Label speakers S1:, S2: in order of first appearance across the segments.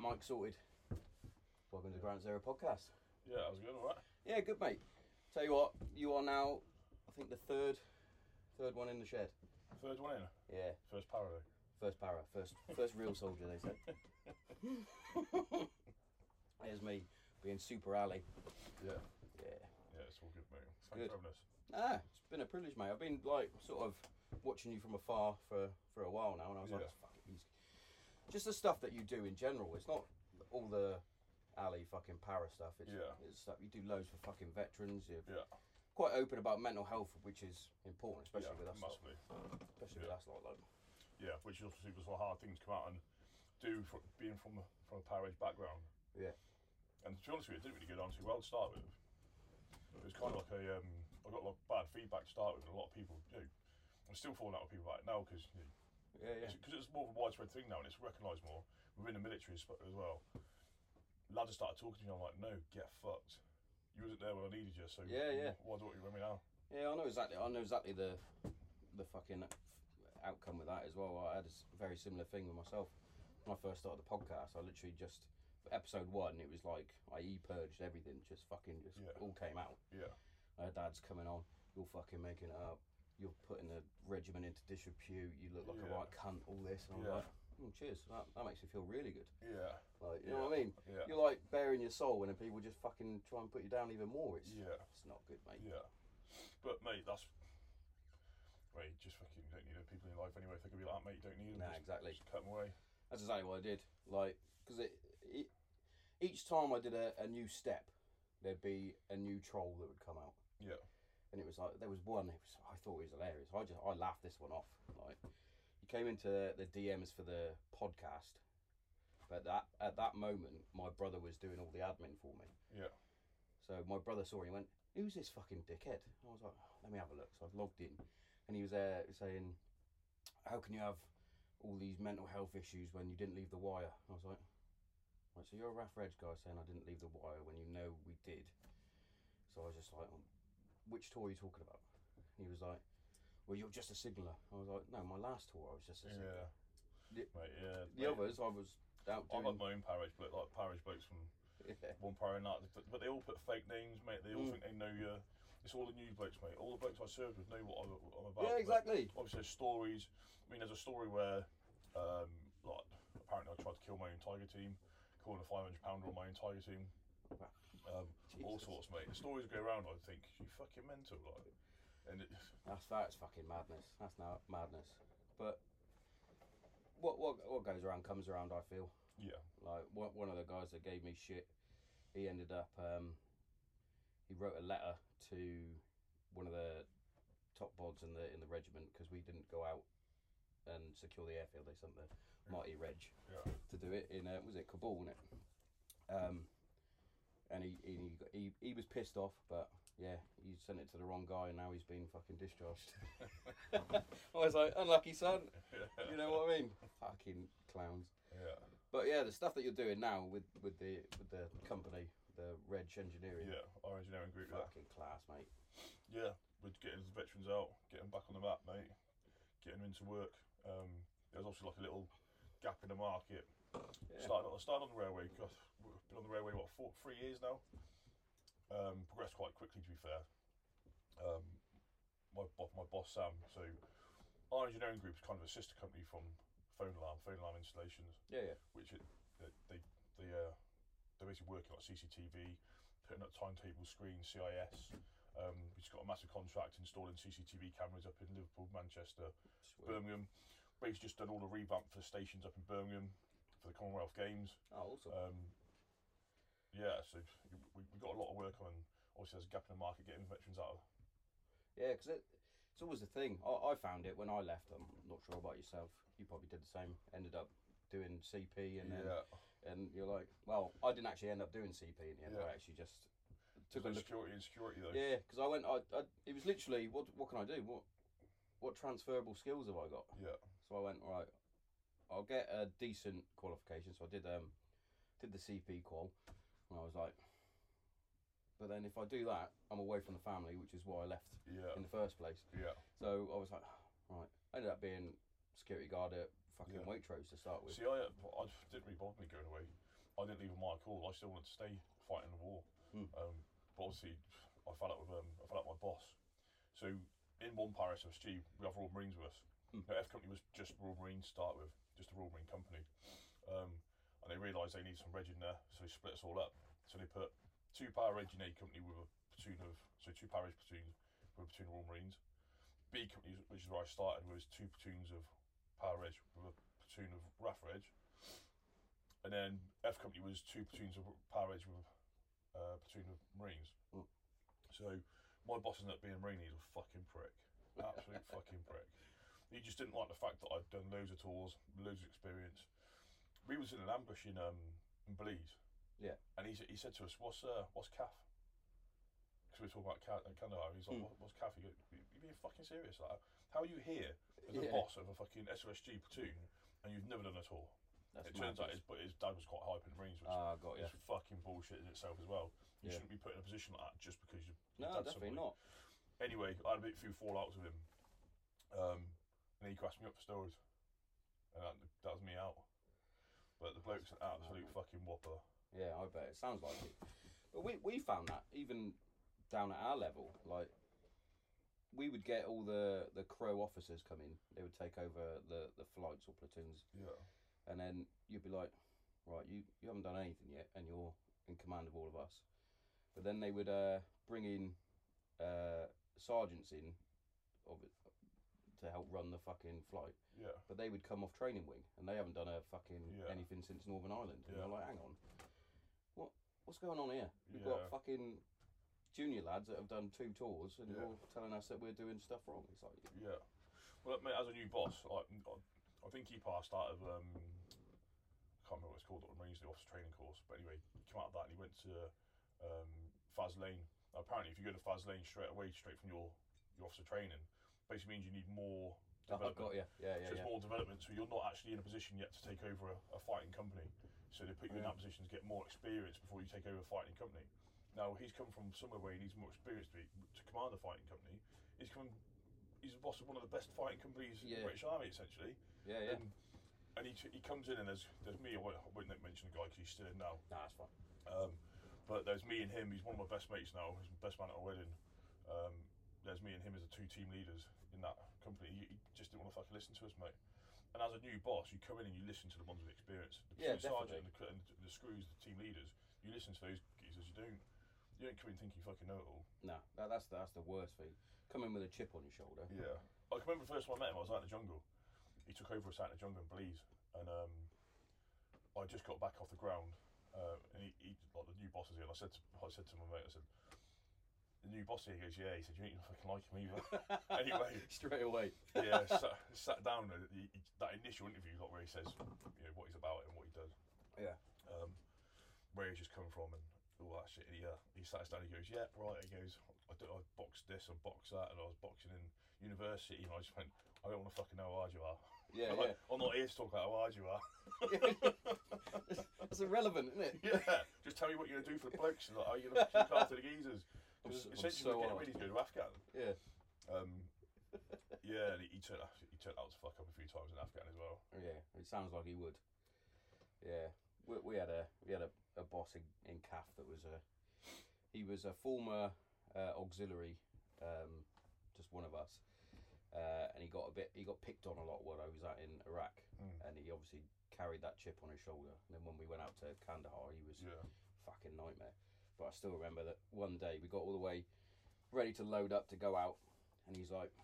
S1: Mike sorted. Welcome to the Ground Zero podcast.
S2: Yeah, I was good, alright.
S1: Yeah, good mate. Tell you what, you are now, I think the third, third one in the shed.
S2: Third one in.
S1: Yeah,
S2: First parody.
S1: first para, first, first real soldier. They said. There's me being super alley.
S2: Yeah.
S1: Yeah.
S2: Yeah, it's all good, mate. Thanks
S1: good.
S2: for having us.
S1: Ah, it's been a privilege, mate. I've been like sort of watching you from afar for for a while now, and I was
S2: Yeah.
S1: like, fuck it, he's... just the stuff that you do in general. It's not all the alley fucking para stuff. It's,
S2: Yeah.
S1: it's stuff you do loads for fucking veterans. You're
S2: Yeah.
S1: quite open about mental health, which is important, especially
S2: yeah,
S1: with us. lot.
S2: massively.
S1: Especially
S2: Yeah.
S1: with us, lot, like,
S2: Yeah, which is obviously was a hard thing to come out and do for, being from from a parage background.
S1: yeah,
S2: And to be honest with you, it didn't really go down too well to start with. It was kind of like a, um, I got a lot of bad feedback to start with, and a lot of people, you know, I'm still falling out with people about it now because you know,
S1: yeah, yeah.
S2: because it's, 'cause it's more of a widespread thing now and it's recognised more within the military as, as well. Lads started talking to me. I'm like, no, get fucked. You wasn't there when I needed you, so
S1: Yeah, yeah.
S2: Why do you want me now?
S1: Yeah, I know exactly. I know exactly the the fucking outcome with that as well. I had a s- very similar thing with myself when I first started the podcast. I literally just for episode one, it was like I e purged everything, just fucking just
S2: Yeah.
S1: all came out.
S2: Yeah,
S1: Her dad's coming on. You're fucking making it up. You're putting the regiment into disrepute. You look like a
S2: Yeah.
S1: right cunt. All this, and I'm
S2: Yeah.
S1: like, mm, cheers. That, that makes me feel really good.
S2: yeah,
S1: Like, you know what I mean?
S2: Yeah.
S1: You're like bearing your soul when people just fucking try and put you down even more. It's
S2: Yeah.
S1: it's not good, mate.
S2: yeah. But mate, that's mate. Just fucking don't need the people in your life anyway. If they can be like, that, mate, you don't need them.
S1: Nah,
S2: just,
S1: exactly.
S2: Just cut them away.
S1: That's exactly what I did. Like, because it, it, each time I did a, a new step, there'd be a new troll that would come out,
S2: Yeah,
S1: and it was like there was one. It was, I thought it was hilarious. I just I laughed this one off. Like, he came into the DMs for the podcast, but that at that moment, my brother was doing all the admin for me.
S2: yeah,
S1: So my brother saw it and he went, Who's this fucking dickhead? I was like, Let me have a look. So I've logged in. And he was there saying, How can you have all these mental health issues when you didn't leave the wire? I was like, Right, so you're a Raff Reg guy saying I didn't leave the wire when you know we did. So I was just like, "Um, Which tour are you talking about? And he was like, Well, you're just a signaller. I was like, No, my last tour I was just a signaller.
S2: yeah.
S1: The-
S2: Mate, yeah.
S1: The
S2: mate.
S1: others, I was out
S2: I've
S1: doing.
S2: got my own parish, but like parish blokes from
S1: Yeah.
S2: one pro and that, but, but they all put fake names, mate. They all
S1: Mm.
S2: think they know you. It's all the new blokes, mate. All the blokes I served with know what I'm, I'm about.
S1: Yeah,
S2: but
S1: exactly.
S2: Obviously, there's stories. I mean, there's a story where, um, like, apparently I tried to kill my own tiger team, calling a 500 pounder on my own tiger team. Um, all
S1: Jesus.
S2: sorts, mate. The stories go around. I think you fucking mental, like, and it,
S1: That's that's fucking madness. That's now madness. But what what what goes around comes around. I feel
S2: yeah,
S1: like one one of the guys that gave me shit. He ended up. Um, he wrote a letter to one of the top bods in the in the regiment because we didn't go out and secure the airfield. They sent the Marty Reg
S2: yeah,
S1: to do it in uh, was it Kabul, wasn't it? Um, and he he, got, he he was pissed off, but yeah, he sent it to the wrong guy, and now he's been fucking discharged. I was like, unlucky son. You know what I mean? fucking clowns.
S2: yeah,
S1: But yeah, the stuff that you're doing now with with the with the company, the Reg Engineering,
S2: yeah. Our engineering group, yeah.
S1: fucking class, mate.
S2: Yeah, we're getting the veterans out, getting back on the map, mate, getting them into work. Um, there was obviously like a little gap in the market. Started, I started on the railway, God, we've been on the railway, what, four, three years now? Um, progressed quite quickly, to be fair. Um, my, bo- my boss, Sam, so our engineering group is kind of a sister company from Phone Alarm, Phone Alarm Installations
S1: Yeah, yeah,
S2: which it, they they they uh, they're basically working on CCTV, putting up timetable screens, CIS. Um, we've just got a massive contract installing CCTV cameras up in Liverpool, Manchester,
S1: Sweet.
S2: Birmingham. Basically, just done all the revamp for the stations up in Birmingham for the Commonwealth Games.
S1: Oh, awesome.
S2: Um, yeah, so we we got a lot of work on. Obviously, there's a gap in the market getting veterans out. of
S1: Yeah, because it, it's always the thing. I, I found it when I left. I'm not sure about yourself. You probably did the same. Ended up doing CP and then
S2: Yeah.
S1: and you're like, well, I didn't actually end up doing CP in the end.
S2: Yeah.
S1: I actually just took a
S2: There's no
S1: look.
S2: security and security though.
S1: Yeah, because I went. I, I it was literally what what can I do? What what transferable skills have I got?
S2: Yeah.
S1: So I went right. I'll get a decent qualification. So I did um did the CP qual, and I was like, but then if I do that, I'm away from the family, which is why I left
S2: Yeah.
S1: in the first place.
S2: Yeah.
S1: So I was like, right. I ended up being security guard at fucking
S2: Yeah.
S1: Waitrose to start with.
S2: See, I, uh, I didn't really bother me going away. I didn't leave on my call. I still wanted to stay fighting the war.
S1: Mm.
S2: Um, but obviously, I fell out with um, I fell out with my boss. So in one Paris SG, we have Royal Marines with us.
S1: Mm.
S2: Now, F Company was just Royal Marines to start with, just a Royal Marine company. Um, and they realised they needed some reg in there, so they split us all up. So they put two Power Reg in A Company with a platoon of, so two Power Reg platoons with a platoon of Royal Marines. B Company, which is where I started, was two platoons of Power Reg with a platoon of RAF Reg. And then F Company was two platoons of Power Reg with a uh, platoon of Marines.
S1: Mm.
S2: So my boss ended up being a Marine, he's a fucking prick. Absolute fucking prick. He just didn't like the fact that I'd done loads of tours, loads of experience. We was in an ambush in um in Belize.
S1: Yeah.
S2: And he s- he said to us, "What's uh what's CAF?" Because we were talking about Ca- uh, Kandahar. He's like,
S1: Hmm.
S2: "What- "What's CAF?" You you being fucking serious? Like, how are you here as
S1: Yeah.
S2: the boss of a fucking SOSG platoon and you've never done a tour?
S1: That's
S2: it turns out
S1: madness.
S2: his, but his dad was quite high up in the Marines, which
S1: Ah, got
S2: is
S1: you.
S2: fucking bullshit in itself as well. You
S1: Yeah.
S2: shouldn't be put in a position like that just because you.
S1: No, definitely not.
S2: Anyway, I had a bit few fallouts with him, um, and he crashed me up for storage, and that, that was me out. But the bloke's an absolute fucking whopper.
S1: Yeah, I bet it sounds like it. But we we found that even down at our level, like we would get all the the crow officers come in. They would take over the the flights or platoons,
S2: Yeah.
S1: and then you'd be like, right, you you haven't done anything yet, and you're in command of all of us. But then they would uh, bring in uh, sergeants in, of it, to help run the fucking flight.
S2: Yeah.
S1: But they would come off training wing, and they haven't done a fucking
S2: Yeah.
S1: anything since Northern Ireland. And
S2: Yeah.
S1: you're like, hang on, what what's going on here? We've got
S2: Yeah.
S1: fucking junior lads that have done two tours, and
S2: Yeah.
S1: you're telling us that we're doing stuff wrong. It's like, "Oh,
S2: Yeah. Well, mate, as a new boss, like, I, I think he passed out of, um, I can't remember what it's called, the Marines, the officer training course. But anyway, he came out of that and he went to um, Faz Lane. Now, apparently, if you go to Faz Lane straight away, straight from your, your officer training, basically means you need more
S1: I've got
S2: development.
S1: you. Yeah, yeah,
S2: so it's
S1: yeah.
S2: more development, so you're not actually in a position yet to take over a, a fighting company. So they put you in
S1: Yeah.
S2: that position to get more experience before you take over a fighting company. Now he's come from somewhere where he needs more experience to, be, to command a fighting company. He's come, he's the boss of one of the best fighting companies in
S1: Yeah.
S2: the British Army essentially,
S1: Yeah, yeah.
S2: and, and he, t- he comes in and there's there's me. I won't, I won't mention the guy because he's still in now.
S1: Nah, that's fine.
S2: Um, but there's me and him. He's one of my best mates now. He's my best man at a wedding. Um, there's me and him as the two team leaders in that company. He, he just didn't want to fucking listen to us, mate. And as a new boss, you come in and you listen to the ones with experience. The
S1: Yeah,
S2: platoon sergeant and the, cr- and the screws, the team leaders. You listen to those geezers. You don't. You don't come in thinking you fucking know it all.
S1: Nah, that, that's that's the worst thing. Come in with a chip on your shoulder.
S2: Yeah. I can remember the first time I met him, I was out in the jungle. He took over us out in the jungle in Belize. And um, I just got back off the ground. Uh, and he, he, like the new boss is here. And I said to, I said to my mate, I said, the new boss here, he goes, yeah. He said, you ain't fucking like him either. Anyway.
S1: straight away.
S2: yeah, sat, sat down and he, he- that initial interview, like where he says, you know, what he's about and what he does.
S1: Yeah.
S2: Um, where he's just come from and all that shit. And he, uh, he sat us down. He goes, yeah, right. He goes, I, do, I boxed this and boxed that, and I was boxing in university, and I just went, I don't want to fucking know how hard you are.
S1: Yeah,
S2: Like, I'm not here to talk about how hard you are.
S1: yeah. it's irrelevant, isn't it?
S2: yeah, just tell me what you're gonna do for the blokes. And like, how you gonna look after the geezers?
S1: I'm
S2: Because
S1: so- I'm
S2: essentially,
S1: so
S2: we're getting
S1: hard.
S2: ready to go to Afghan.
S1: Yeah.
S2: Um, yeah, and he, he turned out- he turned out to fuck up a few times in Afghan as well.
S1: Yeah, it sounds like he would. Yeah, we, we had a we had a, a boss in, in CAF that was a he was a former uh, auxiliary, um, just one of us, uh, and he got a bit he got picked on a lot while I was out in Iraq,
S2: Mm.
S1: and he obviously carried that chip on his shoulder. And then when we went out to Kandahar, he was
S2: Yeah.
S1: fucking nightmare. But I still remember that one day we got all the way ready to load up to go out, and he's like,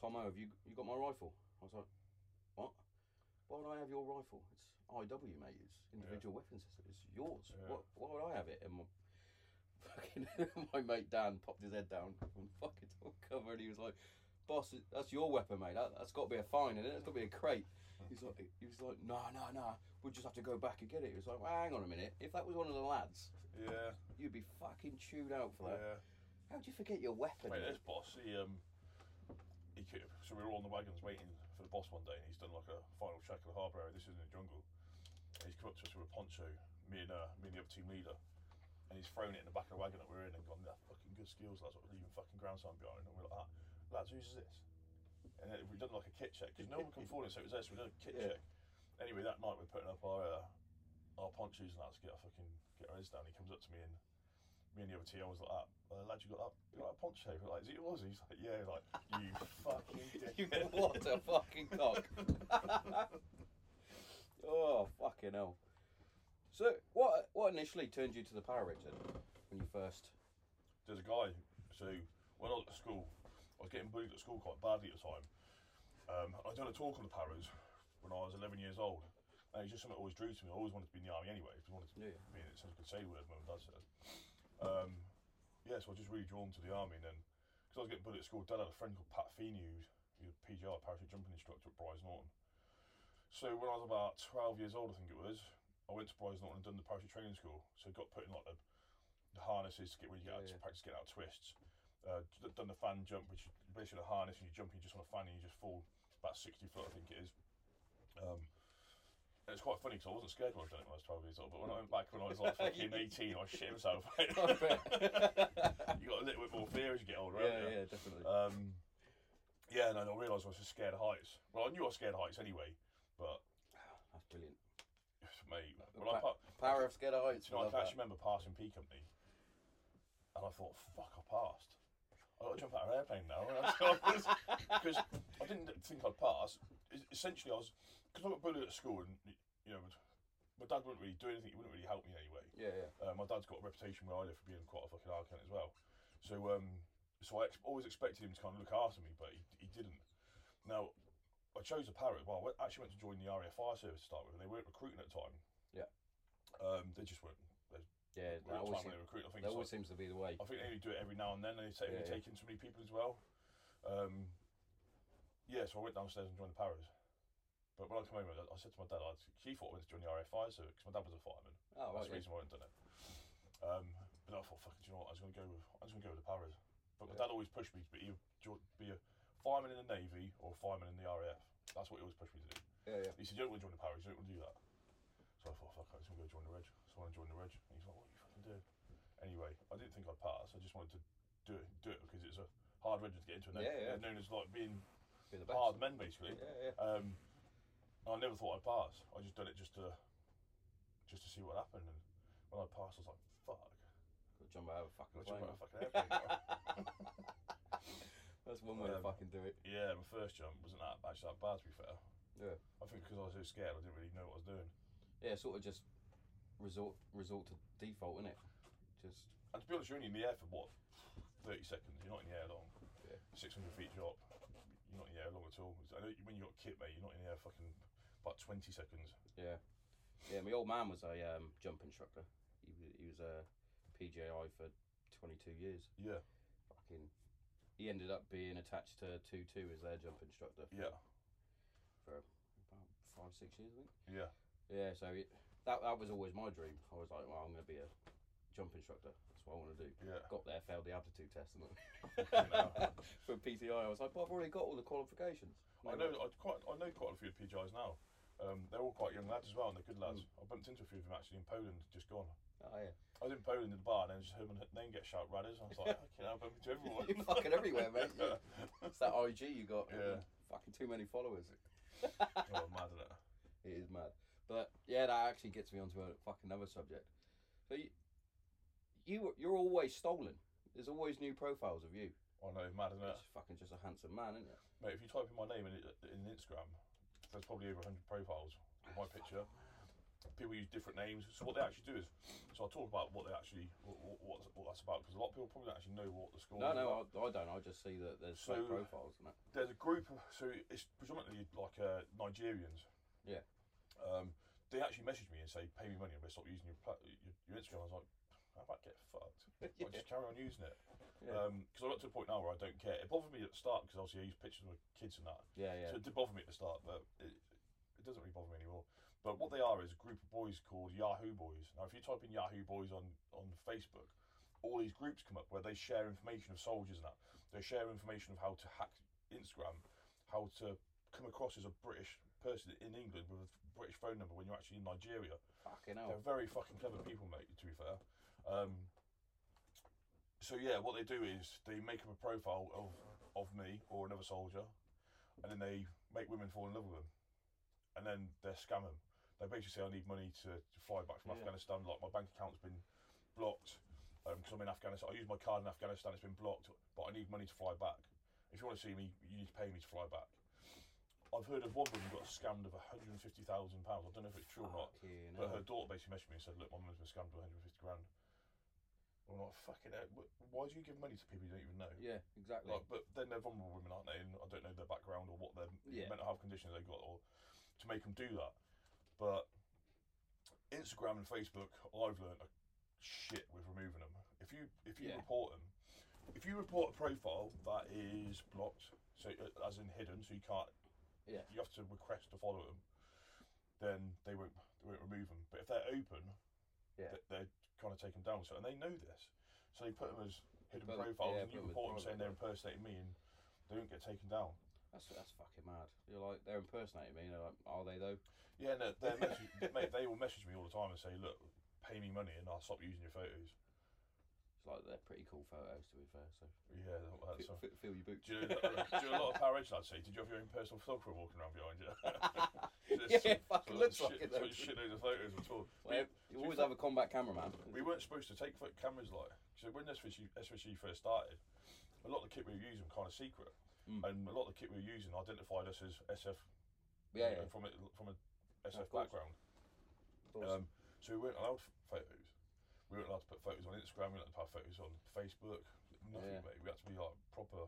S1: "Tomo, have you you got my rifle?" I was like, "What? Why would I have your rifle? It's IW, mate. It's individual weapons. It's, it's yours.
S2: Yeah.
S1: What? Why would I have it?" And my, fucking my mate Dan popped his head down from fucking top cover, and he was like, "Boss, that's your weapon, mate. That, that's got to be a fine, and it? That's got to be a crate." He's like, he was like, "No, no, no. We'll just have to go back and get it." He was like, well, "Hang on a minute. If that was one of the lads."
S2: Yeah,
S1: You'd be fucking chewed out for that.
S2: yeah.
S1: How'd you forget your weapon?
S2: Mate, this boss, he um, he could, so we were all on the wagons waiting for the boss one day, and he's done like a final check of the harbour area. This is in the jungle. And he's come up to us with a poncho, me and uh, me and the other team leader, and he's thrown it in the back of the wagon that we're in and gone, "That fucking good skills, lads. We're leaving fucking ground sign behind." And we're like, ah, "Lads, whose is this?" And then we've done like a kit check because no one come forward and say it was us. We done a kit
S1: Yeah.
S2: check. Anyway, that night we're putting up our uh, our ponchos and that to get our fucking get our heads down. He comes up to me and me and the other TO was like, that. Uh, lad, you got that, you got that poncho? We're like, is it yours? He's like, yeah. He's like, you fucking
S1: You
S2: dickhead.
S1: what a fucking cock. oh fucking hell. So what what initially turned you to the Power Rangers then, when you first
S2: there's a guy. So when I was at school, I was getting bullied at school quite badly at the time. Um, I done a talk on the Paras when I was 11 years old, and it's just something that always drew to me. I always wanted to be in the army anyway. 'cause I wanted to
S1: knew?
S2: be in it, so I could say the word mum and dad said. Um, yeah, so I was just really drawn to the army, and then because I was getting bullied at school, dad had a friend called Pat Feeney, who's he was a PGR parachute jumping instructor at Bryce Norton. So when I was about 12 years old, I think it was, I went to Bryce Norton and done the parachute training school. So got put in like the, the harnesses to get where you get out
S1: Yeah,
S2: to practice getting out of twists. Uh, d- done the fan jump, which is basically a harness, and you jump, you just on a fan, and you just fall about 60 foot, I think it is. Um, and it's quite funny because I wasn't scared when I was done it when I was 12 years old, but when I went back when I was like fucking 18, I shit myself.
S1: I bet.
S2: you got a little bit more fear as you get older,
S1: yeah,
S2: haven't you?
S1: yeah, definitely.
S2: Um, yeah, no, no, I realised I was just scared of heights. Well, I knew I was scared of heights anyway, but
S1: That's brilliant.
S2: mate, when I,
S1: Pa-
S2: pa-
S1: Power of Scared Heights.
S2: you know, I can actually remember passing P Company, and I thought, fuck, I passed. I got to jump out of an airplane now because I didn't think I'd pass. Es- Essentially, I was because I got bullied at school, and you know, my dad wouldn't really do anything. He wouldn't really help me in any way.
S1: Yeah, yeah.
S2: Uh, my dad's got a reputation where I live for being quite a fucking hard cunt as well. So um, so I ex- always expected him to kind of look after me, but he, he didn't. Now, I chose the parrot. Well, I went, actually went to join the RAF Fire Service to start with, and they weren't recruiting at the time.
S1: Yeah.
S2: Um, they just weren't.
S1: Yeah,
S2: At
S1: that
S2: the
S1: always,
S2: time
S1: seem,
S2: when they recruit, I think
S1: that
S2: it's
S1: always
S2: like,
S1: seems to be the way.
S2: I think they only do it every now and then. They take,
S1: Yeah,
S2: only
S1: yeah.
S2: take in so many people as well. Um, yeah, so I went downstairs and joined the Paras. But when I came home, I, I said to my dad, I, she thought I went to join the RAF Fire Service because my dad was a fireman.
S1: Oh,
S2: That's
S1: right.
S2: the reason why I haven't done it. Um, but I thought, fuck, it, do you know what? I was going to go with, I was going to go with the Paras. But my
S1: Yeah.
S2: dad always pushed me to be, either jo- be a fireman in the Navy or a fireman in the RAF. That's what he always pushed me to do.
S1: Yeah, yeah.
S2: He said, you don't want to join the Paras, you don't want to do that. So I thought, fuck, I just want to go join the Reg. So I want to join the Reg. And he's like, what are you fucking doing? Anyway, I didn't think I'd pass. I just wanted to do it, do it because it's a hard Reg to get into. And
S1: Yeah, yeah.
S2: they're known as like being
S1: Be the best.
S2: hard men, basically.
S1: Yeah, yeah.
S2: Um, I never thought I'd pass. I just done it just to just to see what happened. And when I passed, I was like, "Fuck!"
S1: Gotta jump out of a
S2: I
S1: fucking
S2: jumped
S1: plane.
S2: out of a fucking airplane. now.
S1: That's one way to
S2: Um,
S1: fucking do it.
S2: yeah, my first jump wasn't that actually that bad. To be fair,
S1: Yeah.
S2: I think because I was so scared, I didn't really know what I was doing.
S1: Yeah, sort of just resort resort to default, innit? Just
S2: And to be honest, you're only in the air for what thirty seconds. You're not in the air long.
S1: Yeah.
S2: Six hundred feet drop. You're not in the air long at all. I know when you got kit, mate, you're not in the air fucking about twenty seconds.
S1: yeah, yeah. My old man was a um, jump instructor. He was, he was a PJI for 22 years.
S2: Yeah,
S1: Fucking, he ended up being attached to two two as their jump instructor
S2: yeah,
S1: for about five six years, I think.
S2: yeah.
S1: Yeah, so it, that that was always my dream. I was like, well, I'm going to be a jump instructor. That's what I want to do.
S2: Yeah,
S1: Got there, failed the aptitude test, and
S2: Fucking
S1: for PTI, I was like, but I've already got all the qualifications.
S2: I know I quite I know quite a few PGIs now. Um, they're all quite young lads as well, and they're good lads.
S1: Hmm.
S2: I bumped into a few of them actually in Poland, just gone.
S1: Oh yeah.
S2: I was in Poland in the bar, and then just heard my name get shouted radders, and I was like, okay, I'll bump into everyone. Oh,
S1: You're fucking everywhere, mate. Yeah. It's that IG you got.
S2: Yeah.
S1: Fucking too many followers.
S2: oh, I'm mad at it.
S1: It is mad. But yeah, that actually gets me onto a fucking other subject. So you, you you're always stolen. There's always new profiles of you.
S2: I know, Oh, mad isn't it?
S1: It's fucking just a handsome man, isn't it?
S2: Mate, if you type in my name in, in Instagram, there's probably over 100 profiles with my picture. People use different names. So what they actually do is, so I'll talk about what they actually, what, what, what's- what that's about, because a lot of people probably don't actually know what the score
S1: No,
S2: is.
S1: no, I, I don't. I just see that there's fake
S2: So-
S1: profiles and that.
S2: there's a group of so it's predominantly like uh, Nigerians.
S1: Yeah.
S2: Um, they actually messaged me and say, "Pay me money, and we'll stop using your pla- your, your Instagram." I was like, "I might get fucked. I just carry on using it."
S1: Yeah.
S2: Because I got to a point now where I don't care. It bothered me at the start because obviously I used pictures of my kids and that,
S1: Yeah, yeah.
S2: so it did bother me at the start, but it, it doesn't really bother me anymore. But what they are is a group of boys called Yahoo Boys. Now, if you type in Yahoo Boys on on Facebook, all these groups come up where they share information of soldiers and that. They share information of how to hack Instagram, how to come across as a British person in England with a British phone number when you're actually in Nigeria.
S1: Fucking
S2: They're
S1: hell.
S2: very fucking clever people, mate. To be fair. Um, so yeah, what they do is they make up a profile of of me or another soldier, and then they make women fall in love with them, and then they scam them. They basically say I need money to, to fly back from
S1: Yeah.
S2: Afghanistan. Like my bank account's been blocked because I'm in Afghanistan. I use my card in Afghanistan. It's been blocked, but I need money to fly back. If you want to see me, you need to pay me to fly back. I've heard of one woman who got scammed of £150,000. I don't know if it's true or not.
S1: Fucking
S2: But
S1: hell.
S2: her daughter basically messaged me and said, "Look, my mum's been scammed for 150 grand." I'm like, "Fucking hell, wh- why do you give money to people you don't even know?"
S1: Yeah, exactly.
S2: Like, but then they're vulnerable women, aren't they? And I don't know their background or what their
S1: Yeah.
S2: mental health conditions they got, or to make them do that. But Instagram and Facebook, I've learned a shit with removing them. If you if you
S1: Yeah.
S2: report them, if you report a profile that is blocked, so uh, as in hidden, so you can't.
S1: Yeah.
S2: You have to request to follow them. Then they won't they won't remove them. But if they're open,
S1: Yeah.
S2: th- they're kind of taken down. So and they know this, so they put them as hidden
S1: Put 'em-
S2: profiles,
S1: yeah,
S2: and you
S1: put 'em as
S2: report them
S1: private,
S2: saying they're
S1: yeah.
S2: impersonating me, and they don't get taken down.
S1: That's that's fucking mad. You're like they're impersonating me. You're like, are they though?
S2: Yeah, no, they message, mate, they will message me all the time and say, "Look, pay me money, and I'll stop using your photos."
S1: It's like they're pretty cool photos to be fair. So
S2: Yeah, that's
S1: feel,
S2: all.
S1: feel- feel your boots.
S2: Do you, know, uh, do you know a lot of Power Edge lads say? Did you have your own personal photographer walking around behind you?
S1: yeah,
S2: Just
S1: it fucking
S2: sort of
S1: looks like it.
S2: shit, sort
S1: Though.
S2: of shitloads of photos at all.
S1: Well,
S2: We-
S1: you always have a combat cameraman.
S2: we weren't supposed to take photo cameras like so when SVC, SVC first started a lot of the kit we were using was kind of secret
S1: Mm.
S2: and a lot of the kit we were using identified us as SF
S1: Yeah, yeah.
S2: you know, from a, from a SF
S1: course.
S2: background
S1: of course.
S2: um, so we weren't allowed f- photos we weren't allowed to put photos on Instagram we weren't allowed to put photos on Facebook nothing
S1: Yeah.
S2: mate we had to be like proper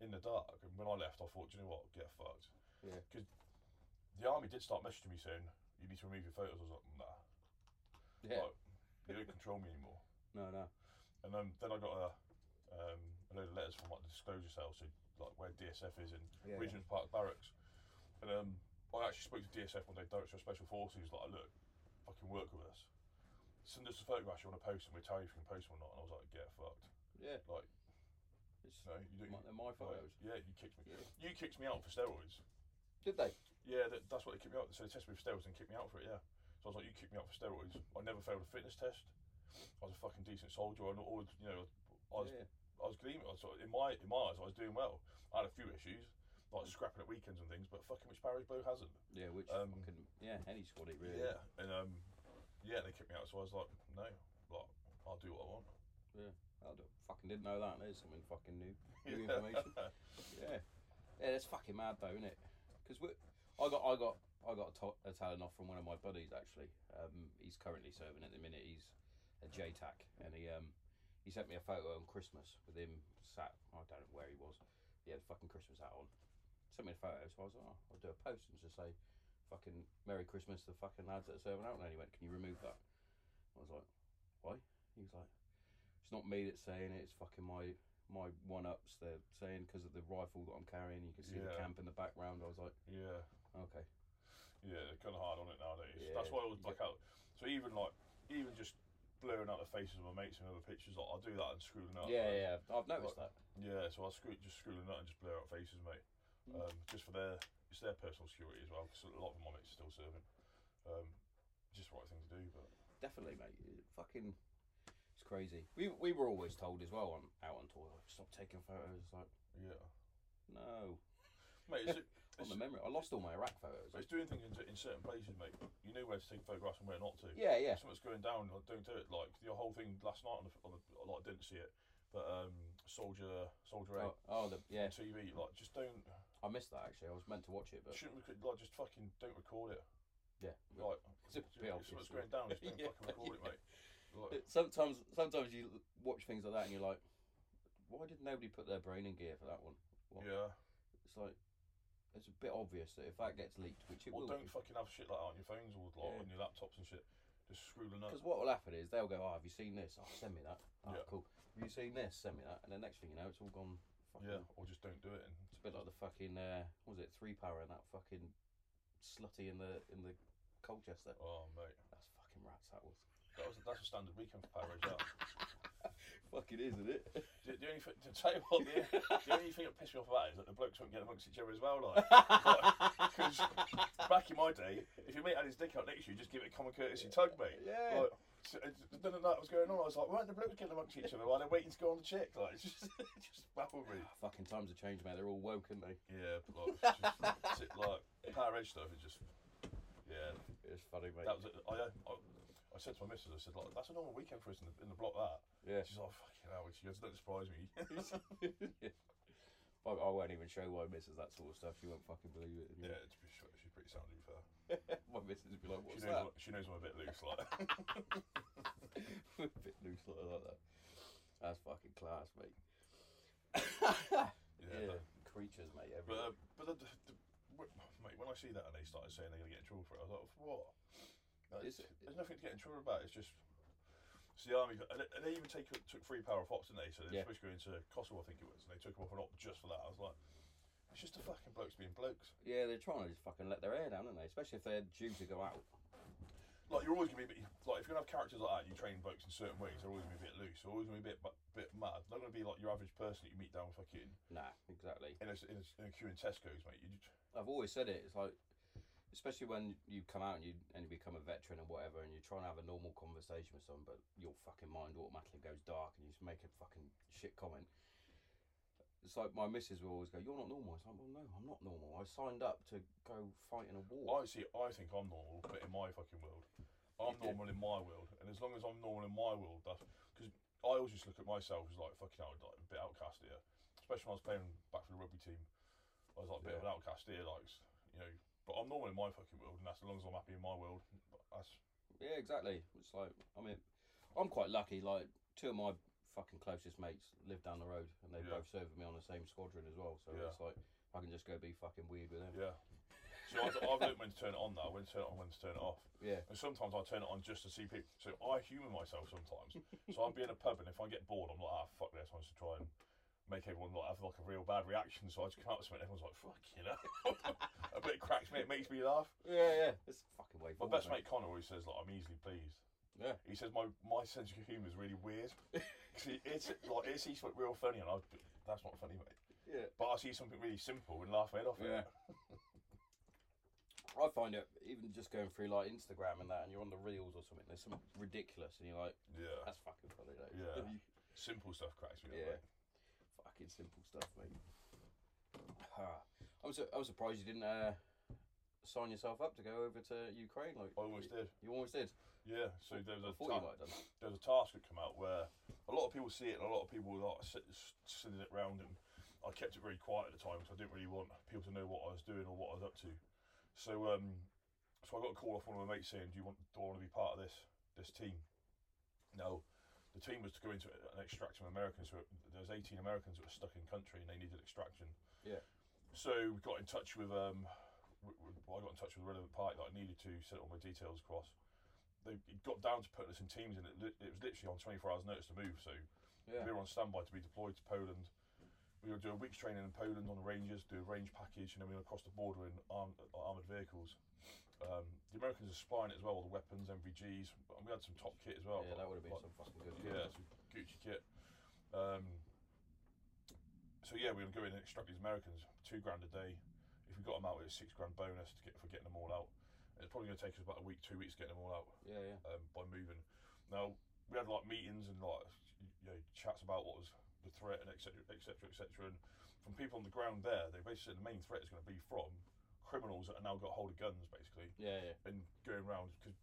S2: in the dark and when I left I thought do you know what get fucked
S1: Yeah.
S2: because the army did start messaging me saying you need to remove your photos I was like nah
S1: yeah.
S2: like, you don't control me anymore
S1: No, no.
S2: and then, then I got a, um, a load of letters from like the disclosure cell, so like where DSF is in
S1: Yeah, yeah.
S2: Regent's Park Barracks. And um, I actually spoke to DSF one day, Director of Special Forces, like, look, fucking work with us. Send us the photographs you want to post, and we'll tell you if you can post them or not. And I was like, get fucked.
S1: Yeah.
S2: Like,
S1: It's
S2: no, you don't.
S1: my, they're my
S2: like,
S1: photos.
S2: yeah, you kicked me.
S1: Yeah.
S2: You kicked me out for steroids.
S1: Did they?
S2: Yeah, that, that's what they kicked me out. So they tested me for steroids and kicked me out for it. Yeah. So I was like, you kicked me out for steroids. I never failed a fitness test. I was a fucking decent soldier. I always, you know, I was
S1: yeah.
S2: I was gleaming. I was sort of, in my in my eyes, I was doing well. I had a few issues, like scrapping at weekends and things, but fucking which Barry's blow hasn't.
S1: Yeah, which
S2: um,
S1: fucking yeah, any squad it really.
S2: Yeah, and um, yeah, they kicked me out. So I was like, no, like I'll do what I want.
S1: I d- fucking didn't know that. There's something fucking new. New information. Yeah, yeah, that's fucking mad though, isn't it? Because I got, I got, I got a, to- a talent off from one of my buddies actually. Um, he's currently serving at the minute. He's a JTAC, and he um, he sent me a photo on Christmas with him sat. I don't know where he was. He had a fucking Christmas hat on. Sent me a photo, so I was like, oh, I'll do a post and just say, fucking Merry Christmas to the fucking lads that are serving out. And he went, can you remove that? I was like, why? He was like, it's not me that's saying it. It's fucking my my one ups. They're saying because of the rifle that I'm carrying, you can see the
S2: Yeah.
S1: camp in the background. I was like,
S2: yeah,
S1: okay,
S2: yeah, they're kind of hard on it nowadays.
S1: Yeah,
S2: That's why I was
S1: you
S2: like out. So even like even just blurring out the faces of my mates in other pictures, like I'll do that and screw them up.
S1: yeah, yeah, I've noticed that.
S2: yeah. So I screw just screw them up and just blur out faces, mate.
S1: Mm.
S2: Um, just for their it's their personal security as well. Because a lot of my mates are still serving. Um, just the right thing to do, but.
S1: Definitely, mate. It fucking, it's crazy. We we were always told as well on out on tour, like, stop taking photos. It's like,
S2: Yeah.
S1: no,
S2: Mate, it's,
S1: on
S2: It's-
S1: the memory, I lost all my Iraq photos.
S2: it's doing things in, in certain places, mate. You know where to take photographs and where not to.
S1: Yeah, yeah,
S2: If something's going down, like, don't do it. Like the whole thing last night on the, on the like, I didn't see it, but um, soldier, soldier
S1: oh,
S2: oh.
S1: oh the, yeah, Uh,
S2: TV, like just don't,
S1: I missed that actually. I was meant to watch it, but
S2: shouldn't record, like just fucking don't record it.
S1: yeah,
S2: Like
S1: uh, It's a
S2: if
S1: bit obvious,
S2: something's
S1: really.
S2: going down, just don't
S1: Yeah,
S2: fucking record it,
S1: yeah.
S2: mate. Like,
S1: It- sometimes sometimes you l- watch things like that and you're like, why did nobody put their brain in gear for that one? what?
S2: yeah.
S1: It's like it's a bit obvious that if that gets leaked, which it
S2: Or
S1: will,
S2: don't fucking have shit like that on your phones or like
S1: Yeah.
S2: on your laptops and shit. Just screw them up.
S1: because what will happen is they'll go, oh, have you seen this? Oh, send me that. Oh,
S2: Yeah.
S1: cool. Have you seen this? Send me that. And the next thing you know, it's all gone. Fucking,
S2: Yeah, or just don't do it. And
S1: It's a bit like the fucking uh, what was it three power and that fucking slutty in the in the Colchester.
S2: oh, mate,
S1: That's fucking rats. That was.
S2: that was that's a standard weekend for Power Rangers, that.
S1: Fuck it is, isn't it?
S2: The, the only thing to tell you what, the, the only thing that pissed me off about it is that the blokes won't get amongst each other as well. Like, because back in my day, if your mate had his dick out next to you, just give it a common courtesy tug, mate.
S1: Yeah.
S2: Like, so, uh, none of that was going on. I was like, right, the blokes getting amongst each other while they're waiting to go on the chick. Like, it's just, it just baffled me.
S1: fucking times have changed, mate. They're all woke, aren't they?
S2: Yeah, but like, just, sit- like Power Edge stuff is just, yeah,
S1: It's funny, mate.
S2: That was it. I, um, I, I said to my missus, I said, like, that's a normal weekend for us in the, in the block, that.
S1: yeah.
S2: She's like, fucking hell. She goes, don't surprise me.
S1: I, I won't even show my missus that sort of stuff. She won't fucking believe it.
S2: yeah, to be sure, she's pretty sound, to be fair.
S1: my missus would be like,
S2: She
S1: "What's
S2: knows,
S1: that?"
S2: I'm- she knows I'm a bit loose, like.
S1: a bit loose like like that. That's fucking class, mate.
S2: yeah. but-
S1: creatures, mate.
S2: But,
S1: Everywhere.
S2: uh, but the, the, the, w- mate, when I see that and they started saying they're going to get in trouble for it, I was like, for what? Like,
S1: Is
S2: it's-
S1: it-
S2: there's nothing to get in trouble about. It's just. It's the army, and they, and they even take, took free power of Fox, didn't they? So they're
S1: Yeah.
S2: supposed to go into Kosovo, I think it was, and they took him off an op just for that. I was like, it's just the fucking blokes being blokes.
S1: yeah, they're trying to just fucking let their hair down, aren't they? Especially if they're due to go out.
S2: Like you're always gonna be a bit, like if you're gonna have characters like that, you train blokes in certain ways. They're always gonna be a bit loose. They're always gonna be a bit, bu- bit mad. They're not gonna be like your average person that you meet down fucking
S1: Nah, exactly.
S2: in a, in a, in a queue in Tesco's, mate. You just,
S1: I've always said it. It's like, especially when you come out and you and you become a veteran and whatever, and you're trying to have a normal conversation with someone, but your fucking mind automatically goes dark and you just make a fucking shit comment. It's like my missus will always go, "You're not normal." It's like, "Well, no, I'm not normal. I signed up to go fight in a war."
S2: I see. I think I'm normal, but in my fucking world, I'm
S1: Yeah.
S2: normal in my world. And as long as I'm normal in my world, that's because I always just look at myself as like fucking out, like a bit outcast here. Especially when I was playing back for the rugby team, I was like a bit of an outcast here, like s- you know. But I'm normal in my fucking world, and that's as long as I'm happy in my world. That's
S1: Yeah, exactly. It's like, I mean, I'm quite lucky. Like, two of my fucking closest mates live down the road, and they
S2: Yeah.
S1: both serve with me on the same squadron as well. So
S2: Yeah.
S1: it's like, I can just go be fucking weird with them.
S2: Yeah. So I've, I've learned when to turn it on now, when to turn it on, when to turn it off.
S1: Yeah.
S2: And sometimes I turn it on just to see people. So I humour myself sometimes. so I'll be in a pub and if I get bored, I'm like, ah, fuck this. I just try and make everyone like, have like a real bad reaction. So I just come out to something and everyone's like, fuck, you know. a bit cracks me, it makes me laugh.
S1: Yeah, yeah. It's a fucking way
S2: My
S1: forward.
S2: best mate Connor always says, like, I'm easily pleased.
S1: Yeah.
S2: He says my, my sense of humour is really weird. 'Cause it- it's like it sees something real funny and I that's not funny, mate.
S1: Yeah.
S2: But I see something really simple and laugh my head off
S1: Yeah.
S2: it.
S1: I find it even just going through like Instagram and that, and you're on the reels or something. There's something ridiculous, and you're like,
S2: Yeah.
S1: "That's fucking funny." Though.
S2: Yeah. Simple stuff cracks me up.
S1: Yeah.
S2: Yeah.
S1: fucking simple stuff, mate. Ah. I'm su- I'm surprised you didn't uh, sign yourself up to go over to Ukraine. Like
S2: I almost did.
S1: you almost did.
S2: Yeah. So there was
S1: I
S2: a
S1: thought you
S2: ta-
S1: might have done.
S2: there was a task that come out where a lot of people see it and a lot of people were like sit- s- sending it round and I kept it very quiet at the time because I didn't really want people to know what I was doing or what I was up to. So um, so I got a call off one of my mates saying, "Do you want do I want to be part of this this team?" No. The team was to go into an extraction of Americans. Who, there was 18 Americans that were stuck in country and they needed extraction.
S1: Yeah.
S2: So we got in touch with um, w- w- well, I got in touch with the relevant party that I needed to set all my details across. They it got down to putting us in teams, and it, li- it was literally on 24 hours notice to move. So we
S1: Yeah.
S2: were on standby to be deployed to Poland. We were doing week's training in Poland on the Rangers, do a range package, and then we were across the border in arm, armoured vehicles. Um, the Americans are spying it as well, all the weapons, MVGs, and we had some top kit as well.
S1: yeah, that
S2: like-
S1: would have been
S2: like
S1: some fucking good.
S2: yeah, it's a Gucci kit. Um, so yeah, we were going and extract these Americans, two grand a day. If we got them out, it was six grand bonus to get for getting them all out. It's probably going to take us about a week, two weeks to get them all out
S1: yeah, yeah.
S2: um, by moving. Now we had like meetings and like you know chats about what was the threat and etc etc etc. And from people on the ground there, they basically said the main threat is going to be from criminals that have now got hold of guns basically
S1: Yeah, yeah.
S2: and going round because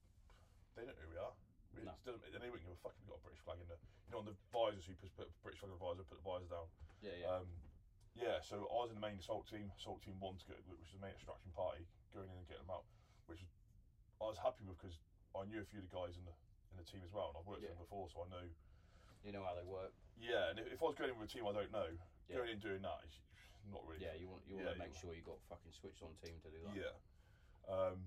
S2: they don't know who we are. We,
S1: No.
S2: it doesn't, and they wouldn't give a fuck if we got a British flag in the you know on the visors. You put put a British flag on the visor, put the visor down.
S1: Yeah, yeah.
S2: Um, yeah, so I was in the main assault team, assault team one, to go, which was the main extraction party, going in and getting them out, which was, I was happy with because I knew a few of the guys in the in the team as well, and I've worked
S1: Yeah.
S2: with them before, so I know.
S1: you know how they work.
S2: Yeah, and if, if I was going in with a team I don't know,
S1: Yeah.
S2: going in doing that is not really.
S1: Yeah, you want you
S2: Yeah,
S1: want to
S2: you
S1: make
S2: want-
S1: sure you got fucking switched on team to do that.
S2: Yeah. Um,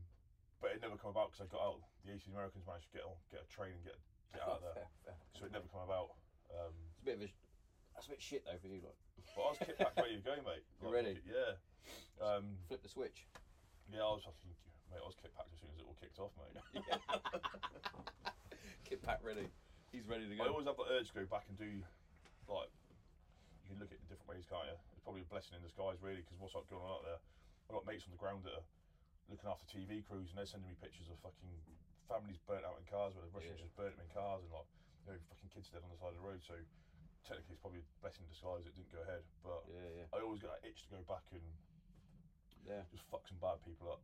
S2: but it never come about because I got out. The 18 Americans managed to get on, get a train and get get out of
S1: Fair,
S2: there,
S1: fair.
S2: so it never come about. Um,
S1: It's a bit of a. That's a bit shit though for you, like
S2: but I was kicked back where you go, mate.
S1: You
S2: Like,
S1: ready?
S2: Yeah. Um,
S1: flip the switch.
S2: yeah, I was fucking, mate. I was kicked back as soon as it all kicked off, mate.
S1: Get back ready. He's ready to
S2: I
S1: go.
S2: always have the urge to go back and do, like, you can look at it in different ways, can't you? It's probably a blessing in disguise, really, because what's up going on out there? I've got mates on the ground that are looking after TV crews, and they're sending me pictures of fucking families burnt out in cars where the Russians
S1: Yeah.
S2: just burnt them in cars, and like, you know, fucking kids dead on the side of the road. So technically, it's probably a blessing in disguise that it didn't go ahead. But
S1: Yeah, yeah,
S2: I always got that itch to go back and
S1: yeah.
S2: just fuck some bad people up.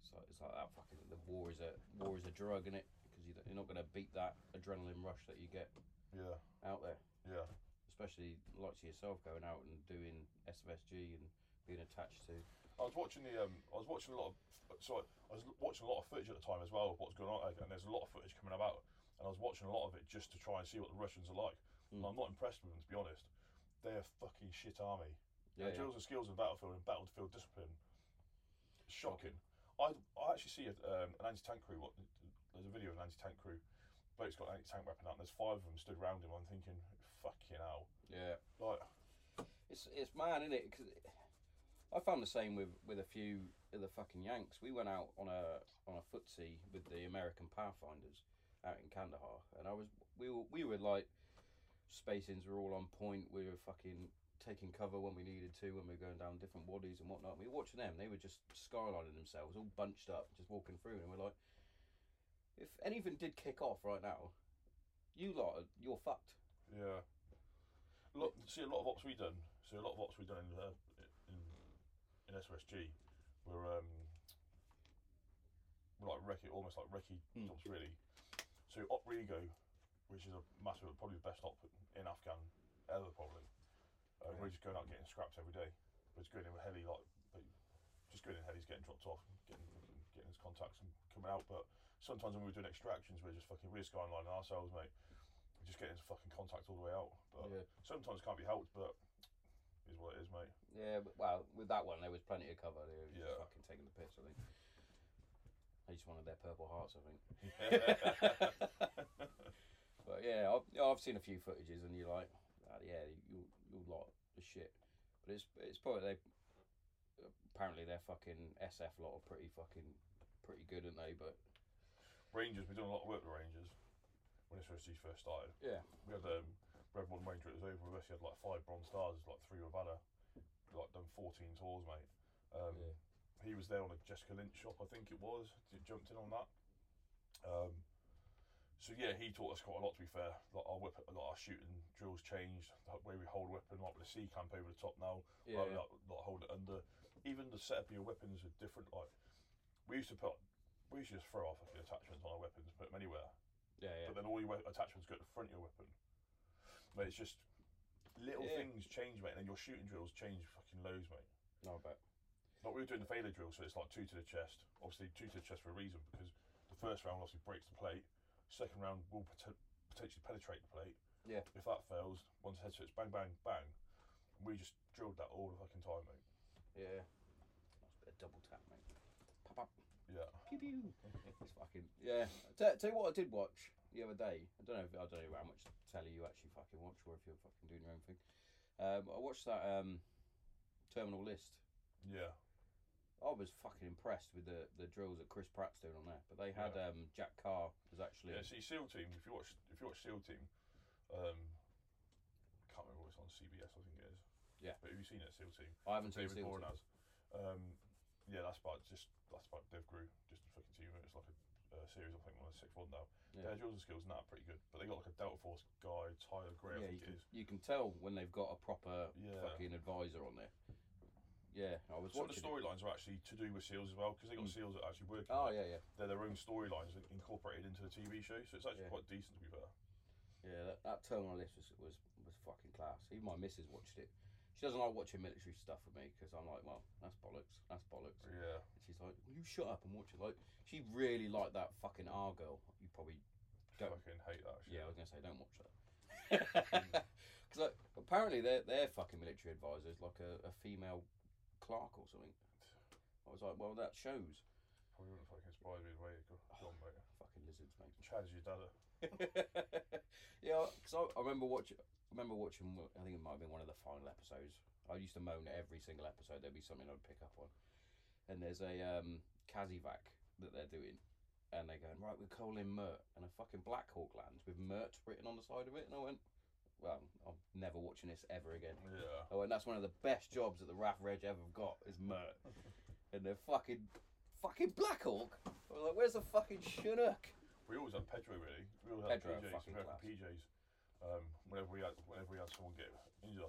S1: It's like, it's like that fucking the war is a war is a drug, innit? Because you, don't- you're not going to beat that adrenaline rush that you get
S2: Yeah,
S1: out there,
S2: yeah,
S1: especially like to yourself going out and doing SFSG and being attached to.
S2: I was watching the um, I was watching a lot of so I was l- watching a lot of footage at the time as well of what's going on like, and there's a lot of footage coming about and I was watching a lot of it just to try and see what the Russians are like and
S1: Mm.
S2: I'm not impressed with them to be honest they're a fucking shit army
S1: Yeah,
S2: their
S1: yeah.
S2: drills and skills in battlefield and battlefield discipline shocking I, I actually see a, um, an anti-tank crew what there's a video of an anti-tank crew bloke's got an anti-tank weapon out and there's five of them stood round him I'm thinking fucking hell
S1: yeah.
S2: like
S1: It's it's mad, isn't it? Because I found the same with with a few of the fucking Yanks. We went out on a on a footsie with the American Pathfinders out in Kandahar, and I was we were we were like spacings were all on point. We were fucking taking cover when we needed to when we were going down different waddies and whatnot. We were watching them; they were just skylining themselves, all bunched up, just walking through, and we're like, if anything did kick off right now, you lot, are, you're fucked.
S2: Yeah. Look, see a lot of ops we done. So a lot of ops we done in uh, in, in SOSG were um were like recce almost like recce
S1: Hmm.
S2: ops really. So op Rigo, which is a massive, probably the best op in Afghan ever probably.
S1: Oh,
S2: Uh,
S1: Yeah.
S2: We're just going out getting scrapped every day. We're just going in with heli like like, just going in helis, getting dropped off, getting getting his contacts and coming out. But sometimes when we were doing extractions, we we're just fucking we're skylining ourselves, mate. We just get into fucking contact all the way out. But
S1: Yeah.
S2: sometimes can't be helped, but is what it is, mate.
S1: Yeah, but, well, with that one, there was plenty of cover. They were just
S2: Yeah.
S1: fucking taking the piss, I think. They just wanted their purple hearts, I think. But yeah, I've, yeah, I've seen a few footages, and you're like, "Ah, yeah, you you lot the shit. But it's it's probably they apparently their fucking SF lot are pretty fucking pretty good, aren't they? But
S2: Rangers, we've done a lot of work with Rangers when SOSG first started.
S1: yeah,
S2: We had um, Red One Ranger that was over with us. He had like five bronze stars, like three with Banner. We like done 14 tours, mate. Um,
S1: yeah,
S2: He was there on a Jessica Lynch shop, I think it was. J- Jumped in on that. Um, so yeah, he taught us quite a lot. To be fair, like our weapon, like our shooting drills changed. The way we hold weapon, like with the C camp over the top now,
S1: yeah,
S2: rather than, like, like hold it under. Even the setup of your weapons are different. Like we used to put, we used to just throw our fucking attachments on our weapons, put them anywhere.
S1: yeah, yeah.
S2: But then all your we- attachments go to the front of your weapon. But it's just little
S1: Yeah.
S2: things change, mate. And then your shooting drills change fucking loads, mate.
S1: No, but
S2: Like we were doing the failure drill, so it's like two to the chest. Obviously, two to the chest for a reason because the first round obviously breaks the plate. Second round will pot- potentially penetrate the plate.
S1: Yeah.
S2: If that fails, one's head switch, bang, bang, bang. We just drilled that all the fucking time, mate.
S1: yeah, that's a bit of double tap, mate. Pop up.
S2: Yeah.
S1: pew pew. It's fucking yeah. Tell, tell you what I did watch the other day. I don't know. If, I don't know how much telly you actually fucking watch, or if you're fucking doing your own thing. Um, I watched that um, Terminal List.
S2: Yeah.
S1: I was fucking impressed with the, the drills that Chris Pratt's doing on there. But they had
S2: Yeah.
S1: um, Jack Carr was actually
S2: Yeah. See, SEAL Team. If you watch, if you watch SEAL Team, um, I can't remember what it's on CBS. I think it is.
S1: Yeah.
S2: But have you seen it, SEAL Team?
S1: I haven't seen
S2: David
S1: Seal
S2: Bourne
S1: Team.
S2: has. Um, yeah, that's about just that's about Dev Grew. Just a fucking team. It's like a uh, series. I think we're on the sixth one now.
S1: Yeah,
S2: Their drills and skills now are pretty good, but they got like a Delta Force guy, Tyler Gray,
S1: yeah
S2: I
S1: you,
S2: think it
S1: can,
S2: is.
S1: you can tell when they've got a proper
S2: Yeah.
S1: fucking advisor on there. Yeah, I was
S2: Some of
S1: watching.
S2: the
S1: it.
S2: storylines are actually to do with SEALs as well, because they got
S1: Mm.
S2: SEALs that are actually working.
S1: Oh
S2: on it.
S1: yeah, yeah,
S2: They're their own storylines in- incorporated into the TV show, so it's actually
S1: Yeah.
S2: quite decent to be fair.
S1: yeah. That, that Terminal List was, was was fucking class. Even my missus watched it. She doesn't like watching military stuff with me because I'm like, well, that's bollocks. That's bollocks.
S2: Yeah.
S1: And she's like, will you shut up and watch it? Like, she really liked that fucking R girl. You probably Don't-
S2: Fucking hate that shit.
S1: Yeah, I was gonna say don't watch that. Because like, apparently their their fucking military advisor is like a, a female clerk or something. I was like, well, that shows
S2: Probably wouldn't fucking inspire me the way it got gone, mate.
S1: fucking lizards, mate.
S2: Chad's your dada.
S1: yeah, because I, I remember watching. I remember watching. one- I think it might have been one of the final episodes. I used to moan at every single episode. There'd be something I'd pick up on. And there's a um, Kazivac that they're doing, and they're going right. We're calling Mert, and a fucking Black Hawk lands with Mert written on the side of it. And I went, well, I'm never watching this ever again.
S2: Yeah.
S1: Oh, and that's one of the best jobs that the RAF Reg ever got is Mert. And they're fucking, fucking Black Hawk. I was like, where's the fucking Chinook?
S2: We always had Pedro really. We always had
S1: Pedro,
S2: PJs,
S1: fucking
S2: American
S1: class.
S2: PJs. Um, whenever we had whenever we had someone get injured,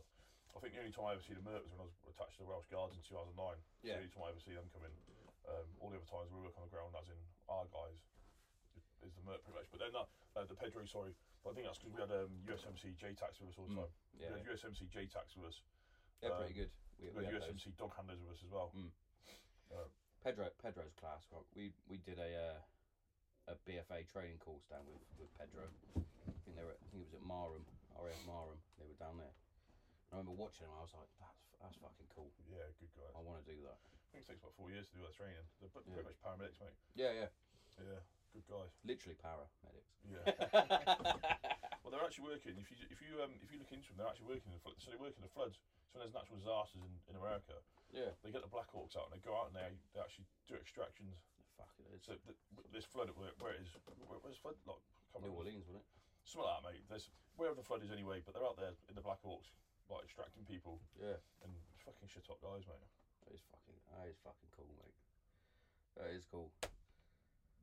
S2: I think the only time I ever seen a Mert was when I was attached to the Welsh Guards in 2009. It's
S1: Yeah.
S2: The only time I ever see them come in. Um, all the other times we work on the ground, as in our guys, i- is the Merc pretty much. But then that, uh, the Pedro, sorry, but I think that's because we had um, USMC J tax with us all the
S1: Mm,
S2: time.
S1: Yeah,
S2: We had USMC J tax with us.
S1: they're
S2: um,
S1: pretty good. We,
S2: We
S1: we
S2: had
S1: had those.
S2: USMC dog handlers with us as well.
S1: Pedro Pedro's class. well, We we did a uh, a BFA training course down with, with Pedro. I think they were. I think it was at Marham. RAF Marham. They were down there. I remember watching them. I was like, that's that's fucking cool.
S2: Yeah, good guys.
S1: I want to do that.
S2: I think it takes about four years to do that training. They're bu-
S1: Yeah.
S2: pretty much paramedics, mate.
S1: Yeah, yeah.
S2: Yeah, good guys.
S1: Literally para medics.
S2: Yeah. well, they're actually working. If you if you um, if you look into them, they're actually working in the floods. So they work in the floods. So when there's natural disasters in, in America,
S1: yeah.
S2: they get the Black Hawks out and they go out and they, they actually do extractions.
S1: Fuck it is.
S2: So th- this flood at where, where it is, where, where's flood? Like, can't
S1: New
S2: remember.
S1: Orleans, wasn't it?
S2: Something like that, mate. There's wherever the flood is anyway, but they're out there in the Black Hawks, like extracting people
S1: Yeah.
S2: and fucking shit up guys, mate.
S1: That is fucking. That is fucking cool, mate. That is cool.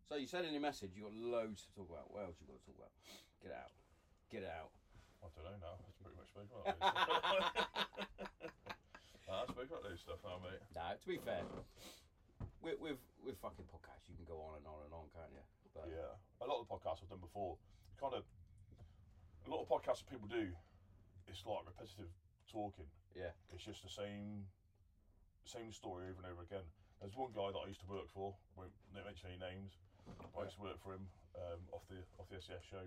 S1: So you said in your message you got loads to talk about. What else you got to talk about? Get it out. Get it out.
S2: I don't know now. That's pretty much spoken about. those. Nah, I spoke about those stuff now, mate.
S1: No, to be fair, with with, with fucking podcasts, you can go on and on and on, can't you? But
S2: Yeah, a lot of the podcasts I've done before, kind of, a lot of podcasts that people do, it's like repetitive talking.
S1: Yeah.
S2: It's just the same, same story over and over again. There's one guy that I used to work for. Won't won't mention any names. I used to work for him um, off the off the SES show.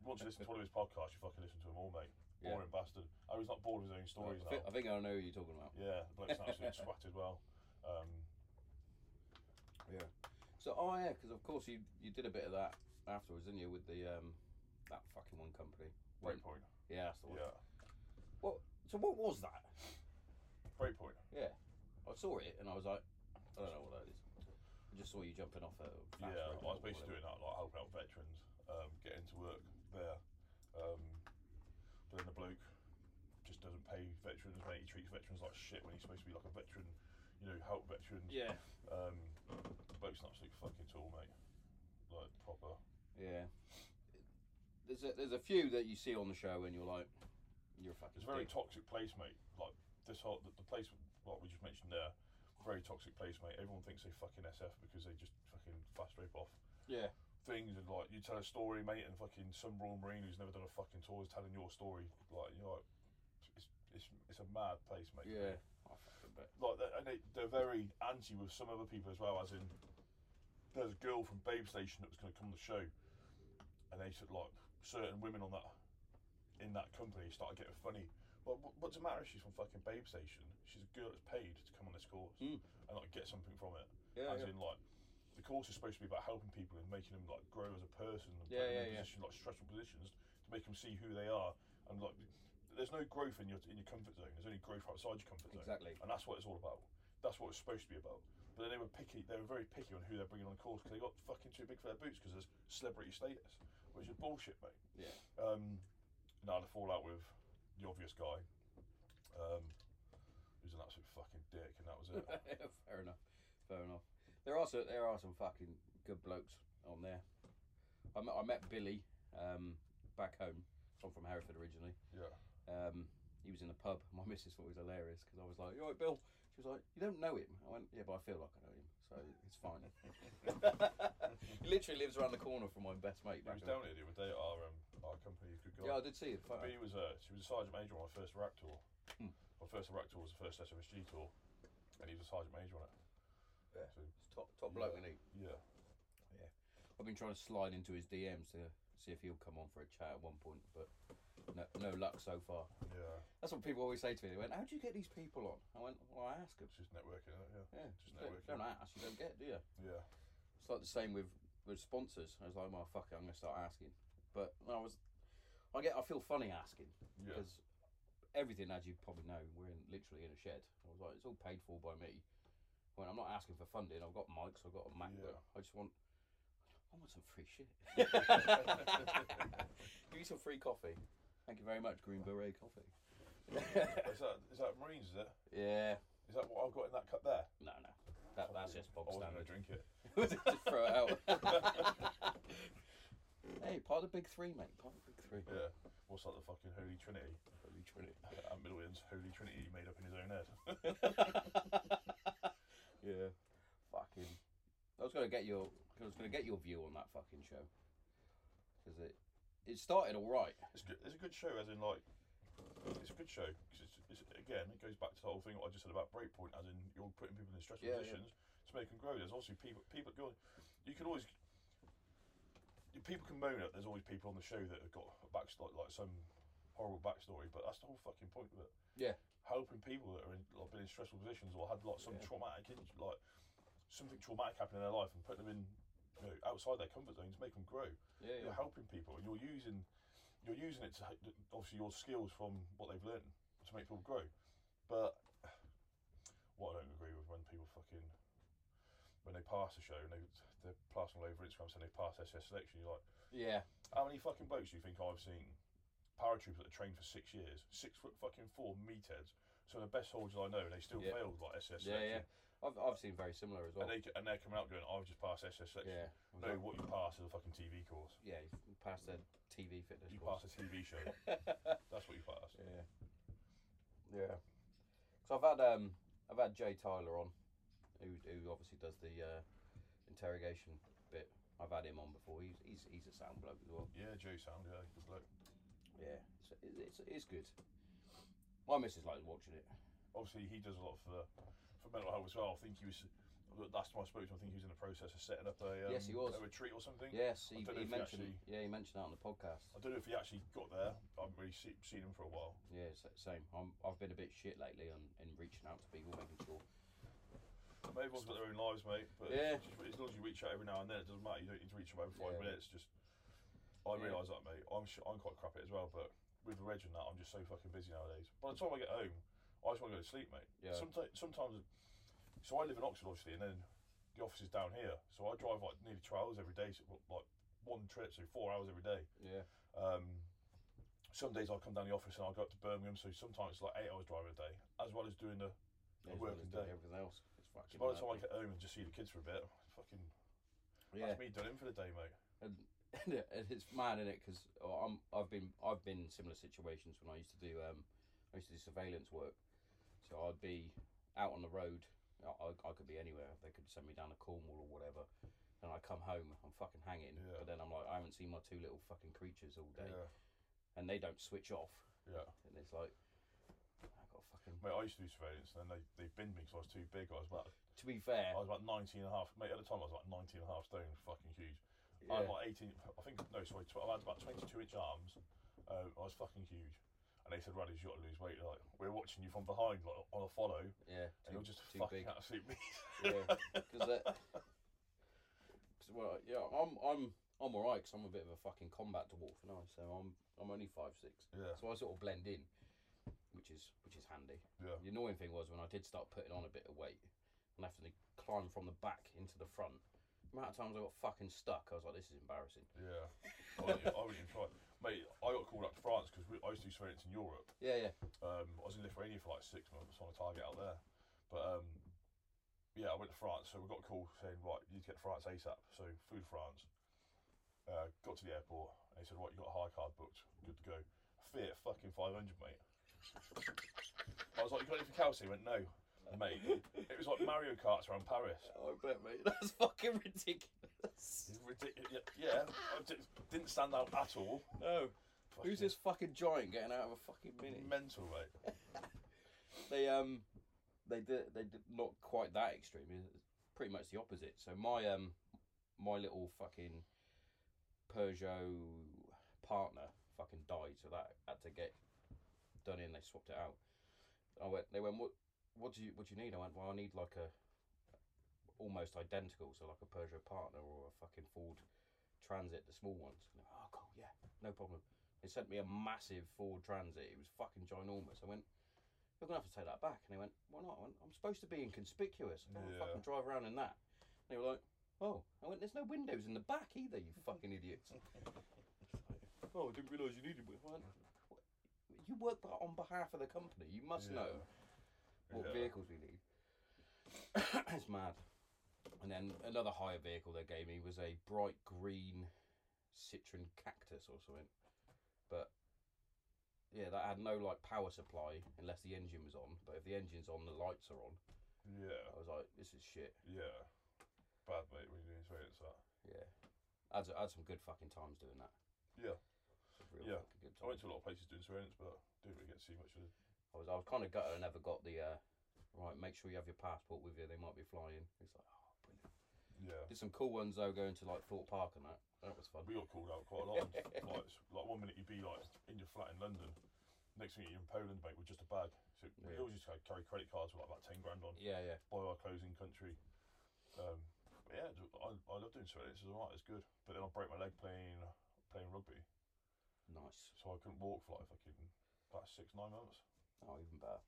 S2: Once you listen to one of his podcasts, you fucking listen to them all, mate.
S1: Yeah.
S2: Boring bastard. Oh, he's not bored with his
S1: I,
S2: own stories
S1: thi-
S2: now.
S1: I think I know who you're talking about.
S2: Yeah, the bloke's an absolute twat as well. Um,
S1: Yeah. So oh yeah, because of course you you did a bit of that afterwards, didn't you? With the um that fucking one company.
S2: Breakpoint.
S1: Yeah, that's the one.
S2: Yeah.
S1: So what was that?
S2: Breakpoint.
S1: Yeah. I saw it and I was like, I don't know what that is. I just saw you jumping off a. fast
S2: Yeah,
S1: road
S2: I was
S1: or
S2: basically
S1: whatever.
S2: doing that, like helping out veterans um, get into work there. Um, but then the bloke just doesn't pay veterans, mate. He treats veterans like shit when he's supposed to be like a veteran, you know, help veterans.
S1: Yeah.
S2: Um, bloke's an absolute fucking tool, mate. Like proper.
S1: Yeah. There's a, there's a few that you see on the show and you're like, you're a fucking.
S2: It's a very
S1: dick.
S2: toxic place, mate. Like this whole the, the place, like we just mentioned there, very toxic place, mate. Everyone thinks they fucking SF because they just fucking fast rape off.
S1: yeah.
S2: things and like you tell a story, mate, and fucking some raw marine who's never done a fucking tour is telling your story. Like you're like, it's it's it's a mad place, mate.
S1: Yeah. I fucking bet.
S2: Like they- and they, they're very anti with some other people as well. As in, there's a girl from Babe Station that was going to come on the show, and they said like certain women on that in that company started getting funny. Well, wh- what's the matter? if She's from fucking Babe Station. She's a girl that's paid to come on this course
S1: Mm.
S2: and like get something from it
S1: Yeah.
S2: as
S1: yeah.
S2: in like the course is supposed to be about helping people and making them like grow as a person and
S1: Yeah,
S2: putting
S1: yeah,
S2: them in
S1: yeah.
S2: position like stressful positions to make them see who they are and like there's no growth in your in your comfort zone there's only growth outside your comfort zone
S1: Exactly.
S2: and that's what it's all about that's what it's supposed to be about but then they were picky they were very picky on who they're bringing on the course because they got fucking too big for their boots because there's celebrity status which is bullshit mate
S1: Yeah.
S2: um now the fallout with the obvious guy um who's an absolute fucking dick and that was it
S1: fair enough. Fair enough. There are some, there are some fucking good blokes on there. I met, I met Billy um, back home. I'm from Hereford originally.
S2: yeah
S1: Um, he was in a pub. My missus thought he was hilarious because I was like, "You alright, Bill?" She was like, "You don't know him." I went, "Yeah, but I feel like I know him, so it's fine." he literally lives around the corner from my best mate.
S2: He
S1: Back
S2: was
S1: home.
S2: down here the other day at our, um, our company, good
S1: Yeah, I
S2: guy.
S1: did see him.
S2: B was a, she was a sergeant major on my first Iraq tour.
S1: Hmm.
S2: My first Iraq tour was the first SMSG tour, and he was a sergeant major on it.
S1: Yeah.
S2: So,
S1: Top top bloke, isn't he?
S2: yeah.
S1: I've been trying to slide into his DMs to see if he'll come on for a chat at one point, but no, no luck so far.
S2: Yeah.
S1: That's what people always say to me. They went, "How do you get these people on?" I went, "Well, I ask them."
S2: It's just networking, isn't it?
S1: Yeah,
S2: Just
S1: you don't-
S2: networking.
S1: don't ask, you don't get, do you?
S2: Yeah. Yeah.
S1: It's like the same with with sponsors. I was like, "Well, fuck it, I'm gonna start asking." But when I was, I get, I feel funny asking
S2: Yeah.
S1: because everything, as you probably know, we're in literally in a shed. I was like, "It's all paid for by me." I went, "I'm not asking for funding. I've got mics. I've got a MacBook.
S2: Yeah.
S1: I just want." I want some free shit. Give me some free coffee. Thank you very much, Green Beret Coffee.
S2: is, that, is that Marines, is it?
S1: yeah.
S2: Is that what I've got in that cup there?
S1: No, no. That, that's just bog
S2: I wasn't going
S1: standard.
S2: to drink it.
S1: just throw it out. hey, part of the big three, mate. Part of the big three.
S2: Yeah. What's that, the fucking Holy Trinity?
S1: Holy Trinity.
S2: Yeah, Middle Williams, Holy Trinity he made up in his own head.
S1: Yeah. fucking. I was gonna get your. I was gonna get your view on that fucking show. Because it, it started all right.
S2: It's good. It's a good show, as in like, it's a good show because it's, it's again it goes back to the whole thing what I just said about breakpoint, as in you're putting people in stressful
S1: Yeah, yeah.
S2: positions to make them grow. There's obviously people people going. You can always. you- People can moan at there's always people on the show that have got a backstory like some horrible backstory, but that's the whole fucking point of it.
S1: Yeah.
S2: Helping people that are in like been in stressful positions or had like some
S1: Yeah.
S2: traumatic in- like something traumatic happened in their life and putting them in you know, outside their comfort zone to make them grow
S1: Yeah,
S2: you're helping people and you're using you're using it to h- obviously your skills from what they've learned to make people grow but what I don't agree with when people fucking when they pass a show and they, they're passing all over Instagram saying they passed SS selection you're like
S1: yeah,
S2: how many fucking blokes do you think I've seen paratroopers that are trained for six years six foot fucking four meat heads so the best soldiers I know they still
S1: Yeah.
S2: failed like SS
S1: yeah, yeah.
S2: selection
S1: I've I've seen very similar as well.
S2: and, they, and they're coming out going I've just passed SS selection
S1: yeah, I was
S2: no
S1: like,
S2: what you pass is a fucking TV course
S1: yeah. You passed the TV fitness.
S2: you
S1: course.
S2: pass a TV show that's what you pass
S1: Yeah. Yeah. So I've had um I've had Jay Tyler on, who who obviously does the uh, interrogation bit. I've had him on before. He's he's, he's a sound bloke as well.
S2: Yeah, Joe Sound, yeah, good bloke.
S1: Yeah. It's it's, it's good. My missus likes watching it.
S2: Obviously, he does a lot for for mental health as well. I think he was last time I spoke to him. I think he was in the process of setting up a um,
S1: Yes, he was.
S2: a retreat or something.
S1: Yes,
S2: I
S1: he,
S2: don't
S1: he
S2: know if he
S1: mentioned
S2: actually-
S1: yeah he mentioned that on the podcast.
S2: I don't know if he actually got there. I haven't really see, seen him for a while.
S1: Yeah, it's the same. I'm, I've been a bit shit lately on in reaching out to people, making sure.
S2: Mate, Everyone's got their own lives, mate. But
S1: Yeah.
S2: it's just, as long as you reach out every now and then, it doesn't matter. You don't need to reach out every five
S1: Yeah.
S2: minutes. Just I
S1: Yeah.
S2: realise that, mate. I'm sh- I'm quite crap at it as well. But with the reg and that, I'm just so fucking busy nowadays. By the time I get home, I just want to go to sleep, mate.
S1: Yeah.
S2: Sometimes, sometimes. So I live in Oxford, obviously, and then the office is down here. So I drive like nearly two hours every day, so, like one trip, so four hours every day.
S1: Yeah,
S2: Um, some days I'll come down the office and I'll go up to Birmingham. So sometimes it's like eight hours driving a day, as well as doing the.
S1: yeah,
S2: A
S1: as well
S2: working
S1: as doing
S2: day.
S1: everything else. It's fucking.
S2: So by the time I
S1: mad.
S2: get home and just see the kids for a bit, fucking
S1: yeah,
S2: that's me done in for the day, mate.
S1: and, and it's mad in it because I'm I've been I've been in similar situations when I used to do um I used to do surveillance work, so I'd be out on the road. I, I- I could be anywhere. They could send me down to Cornwall or whatever, and I come home. I'm fucking hanging,
S2: Yeah.
S1: but then I'm like I haven't seen my two little fucking creatures all day,
S2: Yeah,
S1: and they don't switch off.
S2: yeah.
S1: And it's like I got fucking.
S2: Mate, I used to do surveillance, and then they, they binned me because I was too big. I was about
S1: To be fair,
S2: I was about 19 and a half. Mate, at the time I was like 19 and a half stone, fucking huge. I
S1: yeah,
S2: had like 18. I think no, sorry, tw- I had about 22 inch arms. Um, I was fucking huge. And they said, Radley, you got to lose weight. Like we're watching you from behind, like on a follow, and
S1: yeah, too,
S2: you're just
S1: too
S2: fucking
S1: big.
S2: absolute meat.
S1: Yeah, because well, yeah, I'm I'm I'm alright because I'm a bit of a fucking combat dwarf, and I so I'm I'm only five six,
S2: yeah,
S1: so I sort of blend in, which is which is handy.
S2: yeah.
S1: The annoying thing was when I did start putting on a bit of weight and having to climb from the back into the front. The amount of times I got fucking stuck, I was like, this is embarrassing.
S2: Yeah, I wouldn't, I wouldn't even try. Mate, I got called up to France because I used to do surveillance in Europe.
S1: Yeah, yeah,
S2: Um, I was in Lithuania for like six months on a target out there, but um, yeah, I went to France. So we got a call saying, right, you need to get to France ASAP. So flew to France, uh, got to the airport, and they said, right, you got a high card booked, good to go. Fiat fucking five hundred, mate. I was like, you got anything else? He went, no, mate. It was like Mario Karts around Paris.
S1: I bet, mate. That's fucking ridiculous.
S2: It's ridic- yeah, yeah, I di- didn't stand out at all.
S1: No,
S2: Fucking
S1: who's this fucking giant getting out of a fucking mini?
S2: Mental, mate.
S1: they um they did they did not quite that extreme it's pretty much the opposite so my um my little fucking peugeot partner fucking died so that had to get done in they swapped it out i went they went what what do you what do you need i went well i need like a almost identical so like a peugeot partner or a fucking ford transit the small ones and they went, oh cool yeah no problem they sent me a massive ford transit it was fucking ginormous i went you're gonna have to take that back. And they went, why not? I went, I'm supposed to be inconspicuous. I don't
S2: Yeah.
S1: wanna fucking drive around in that. And they were like, oh. I went, there's no windows in the back either, you fucking idiots. oh, I didn't realise you needed one. I went, "What? You work be- on behalf of the company. You must
S2: Yeah.
S1: know what
S2: Yeah.
S1: vehicles we need. it's mad. And then another higher vehicle they gave me was a bright green Citroen cactus or something. But yeah, that had no like power supply unless the engine was on. But if the engine's on, the lights are on.
S2: Yeah,
S1: I was like, this is shit.
S2: yeah. bad, mate, when you experience that.
S1: Yeah. I had, I had some good fucking times doing that.
S2: Yeah.
S1: Real
S2: Yeah.
S1: fucking good
S2: I went
S1: times.
S2: to a lot of places doing surveillance, but didn't really get to see much of it.
S1: I was, I was kind of gutted I never got the, uh, right, make sure you have your passport with you, they might be flying. It's like, oh, brilliant.
S2: Yeah.
S1: Did some cool ones though, going to like Thorpe Park and that. That was fun.
S2: We got called out quite a lot on flights. Like one minute you'd be like in your flat in London, next minute you're in Poland, mate, with just a bag. So we
S1: Yeah.
S2: always used to carry credit cards with like about ten grand on.
S1: Yeah, yeah.
S2: Buy our clothes in country. Um, but yeah, I, I love doing surveillance. It's alright, it's good. But then I broke my leg playing playing rugby,
S1: Nice.
S2: so I couldn't walk for like fucking about six nine months.
S1: Oh, even better.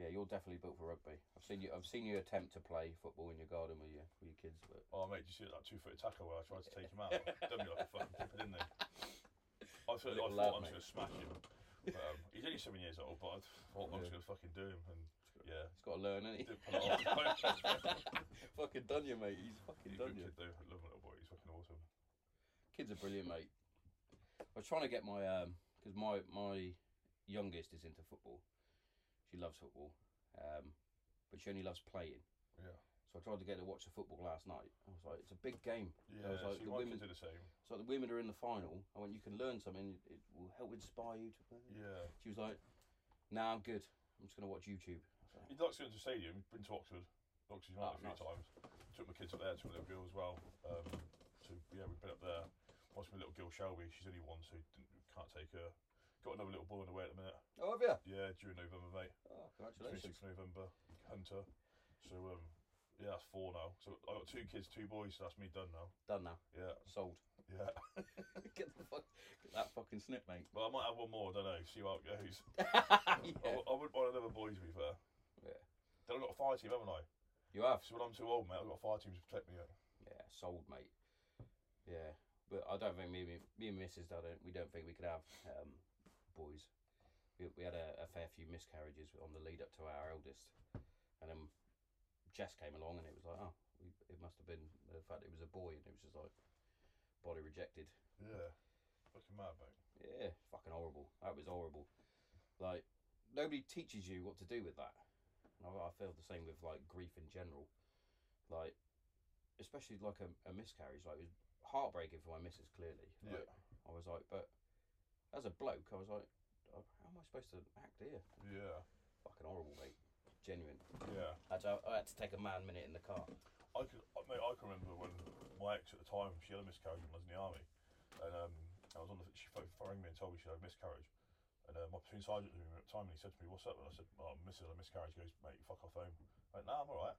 S1: Yeah, you're definitely built for rugby. I've seen you. I've seen you attempt to play football in your garden with your with your kids, but
S2: Oh mate, did you see that two footed tackle where I tried to take him out? Done me like a fucking pipper, didn't they? I thought, I
S1: Little
S2: thought
S1: lad, mate.
S2: I was going to smash him. But, um, he's only seven years old, but I thought I was
S1: Yeah.
S2: going to fucking do him. And yeah,
S1: he's got to learn, ain't he?
S2: didn't pull it off.
S1: fucking done you, mate. He's fucking
S2: He's
S1: done you.
S2: good kid though. I love my little boy. He's fucking awesome.
S1: Kids are brilliant, mate. I was trying to get my um because my my youngest is into football. She loves football, um, but she only loves playing.
S2: Yeah.
S1: So I tried to get her to watch the football last night. I was like, it's a big game.
S2: Yeah.
S1: I was like,
S2: see,
S1: the
S2: my
S1: women.
S2: kids are the same.
S1: So the women are in the final. I went, you can learn something. It will help inspire you to play.
S2: Yeah.
S1: She was like, "Nah, I'm good. I'm just gonna watch YouTube."
S2: He likes going to the stadium. He's been to Oxford, Oxford United a
S1: Ah,
S2: few
S1: nice.
S2: times. Took my kids up there. Took my little girl as well. Um, so yeah, we've been up there. Watched my little girl Shelby. She's only one, so didn't, can't take her. Got another little boy on the way at the minute.
S1: Oh, have you?
S2: Yeah, during November, mate.
S1: Oh, congratulations!
S2: 26th November, Hunter. So um, yeah, that's four now. So I got two kids, two boys. So that's me done now.
S1: Done now.
S2: Yeah,
S1: Sold.
S2: yeah.
S1: get the fuck, get that fucking snip, mate.
S2: Well, I might have one more. I don't know. See how it goes. I,
S1: yeah.
S2: w- I wouldn't want another boy to be fair.
S1: Yeah. Ah.
S2: Then I've got a fire team, haven't I?
S1: You have.
S2: So when I'm too old, mate, I've got a fire team to protect me. mate.
S1: Yeah, sold, mate. Yeah, but I don't think me, and me and Mrs. I don't. We don't think we could have um, boys. We, we had a, a fair few miscarriages on the lead up to our eldest, and then Jess came along, and it was like, oh, we, it must have been the fact it was a boy, and it was just like body rejected.
S2: Yeah. Fucking mad, mate.
S1: Yeah, fucking horrible. That was horrible. Like nobody teaches you what to do with that. And I, I feel the same with like grief in general. Like, especially like a, a miscarriage. Like it was heartbreaking for my missus. Clearly, like, I was like, but as a bloke, I was like, "Oh, how am I supposed to act here?
S2: Yeah.
S1: Fucking horrible, mate. Genuine.
S2: Yeah.
S1: I had, to, I had to take a man minute in the car.
S2: I can, I- mate, I can remember when my ex at the time, she had a miscarriage when I was in the army, and um, I was on the, she pho- rang me and told me she had a miscarriage, and uh, my platoon sergeant was with me at the time, and he said to me, "What's up?" And I said, "Oh, I'm missing a miscarriage." He goes, "Mate, fuck off home." I went, "Nah, I'm alright."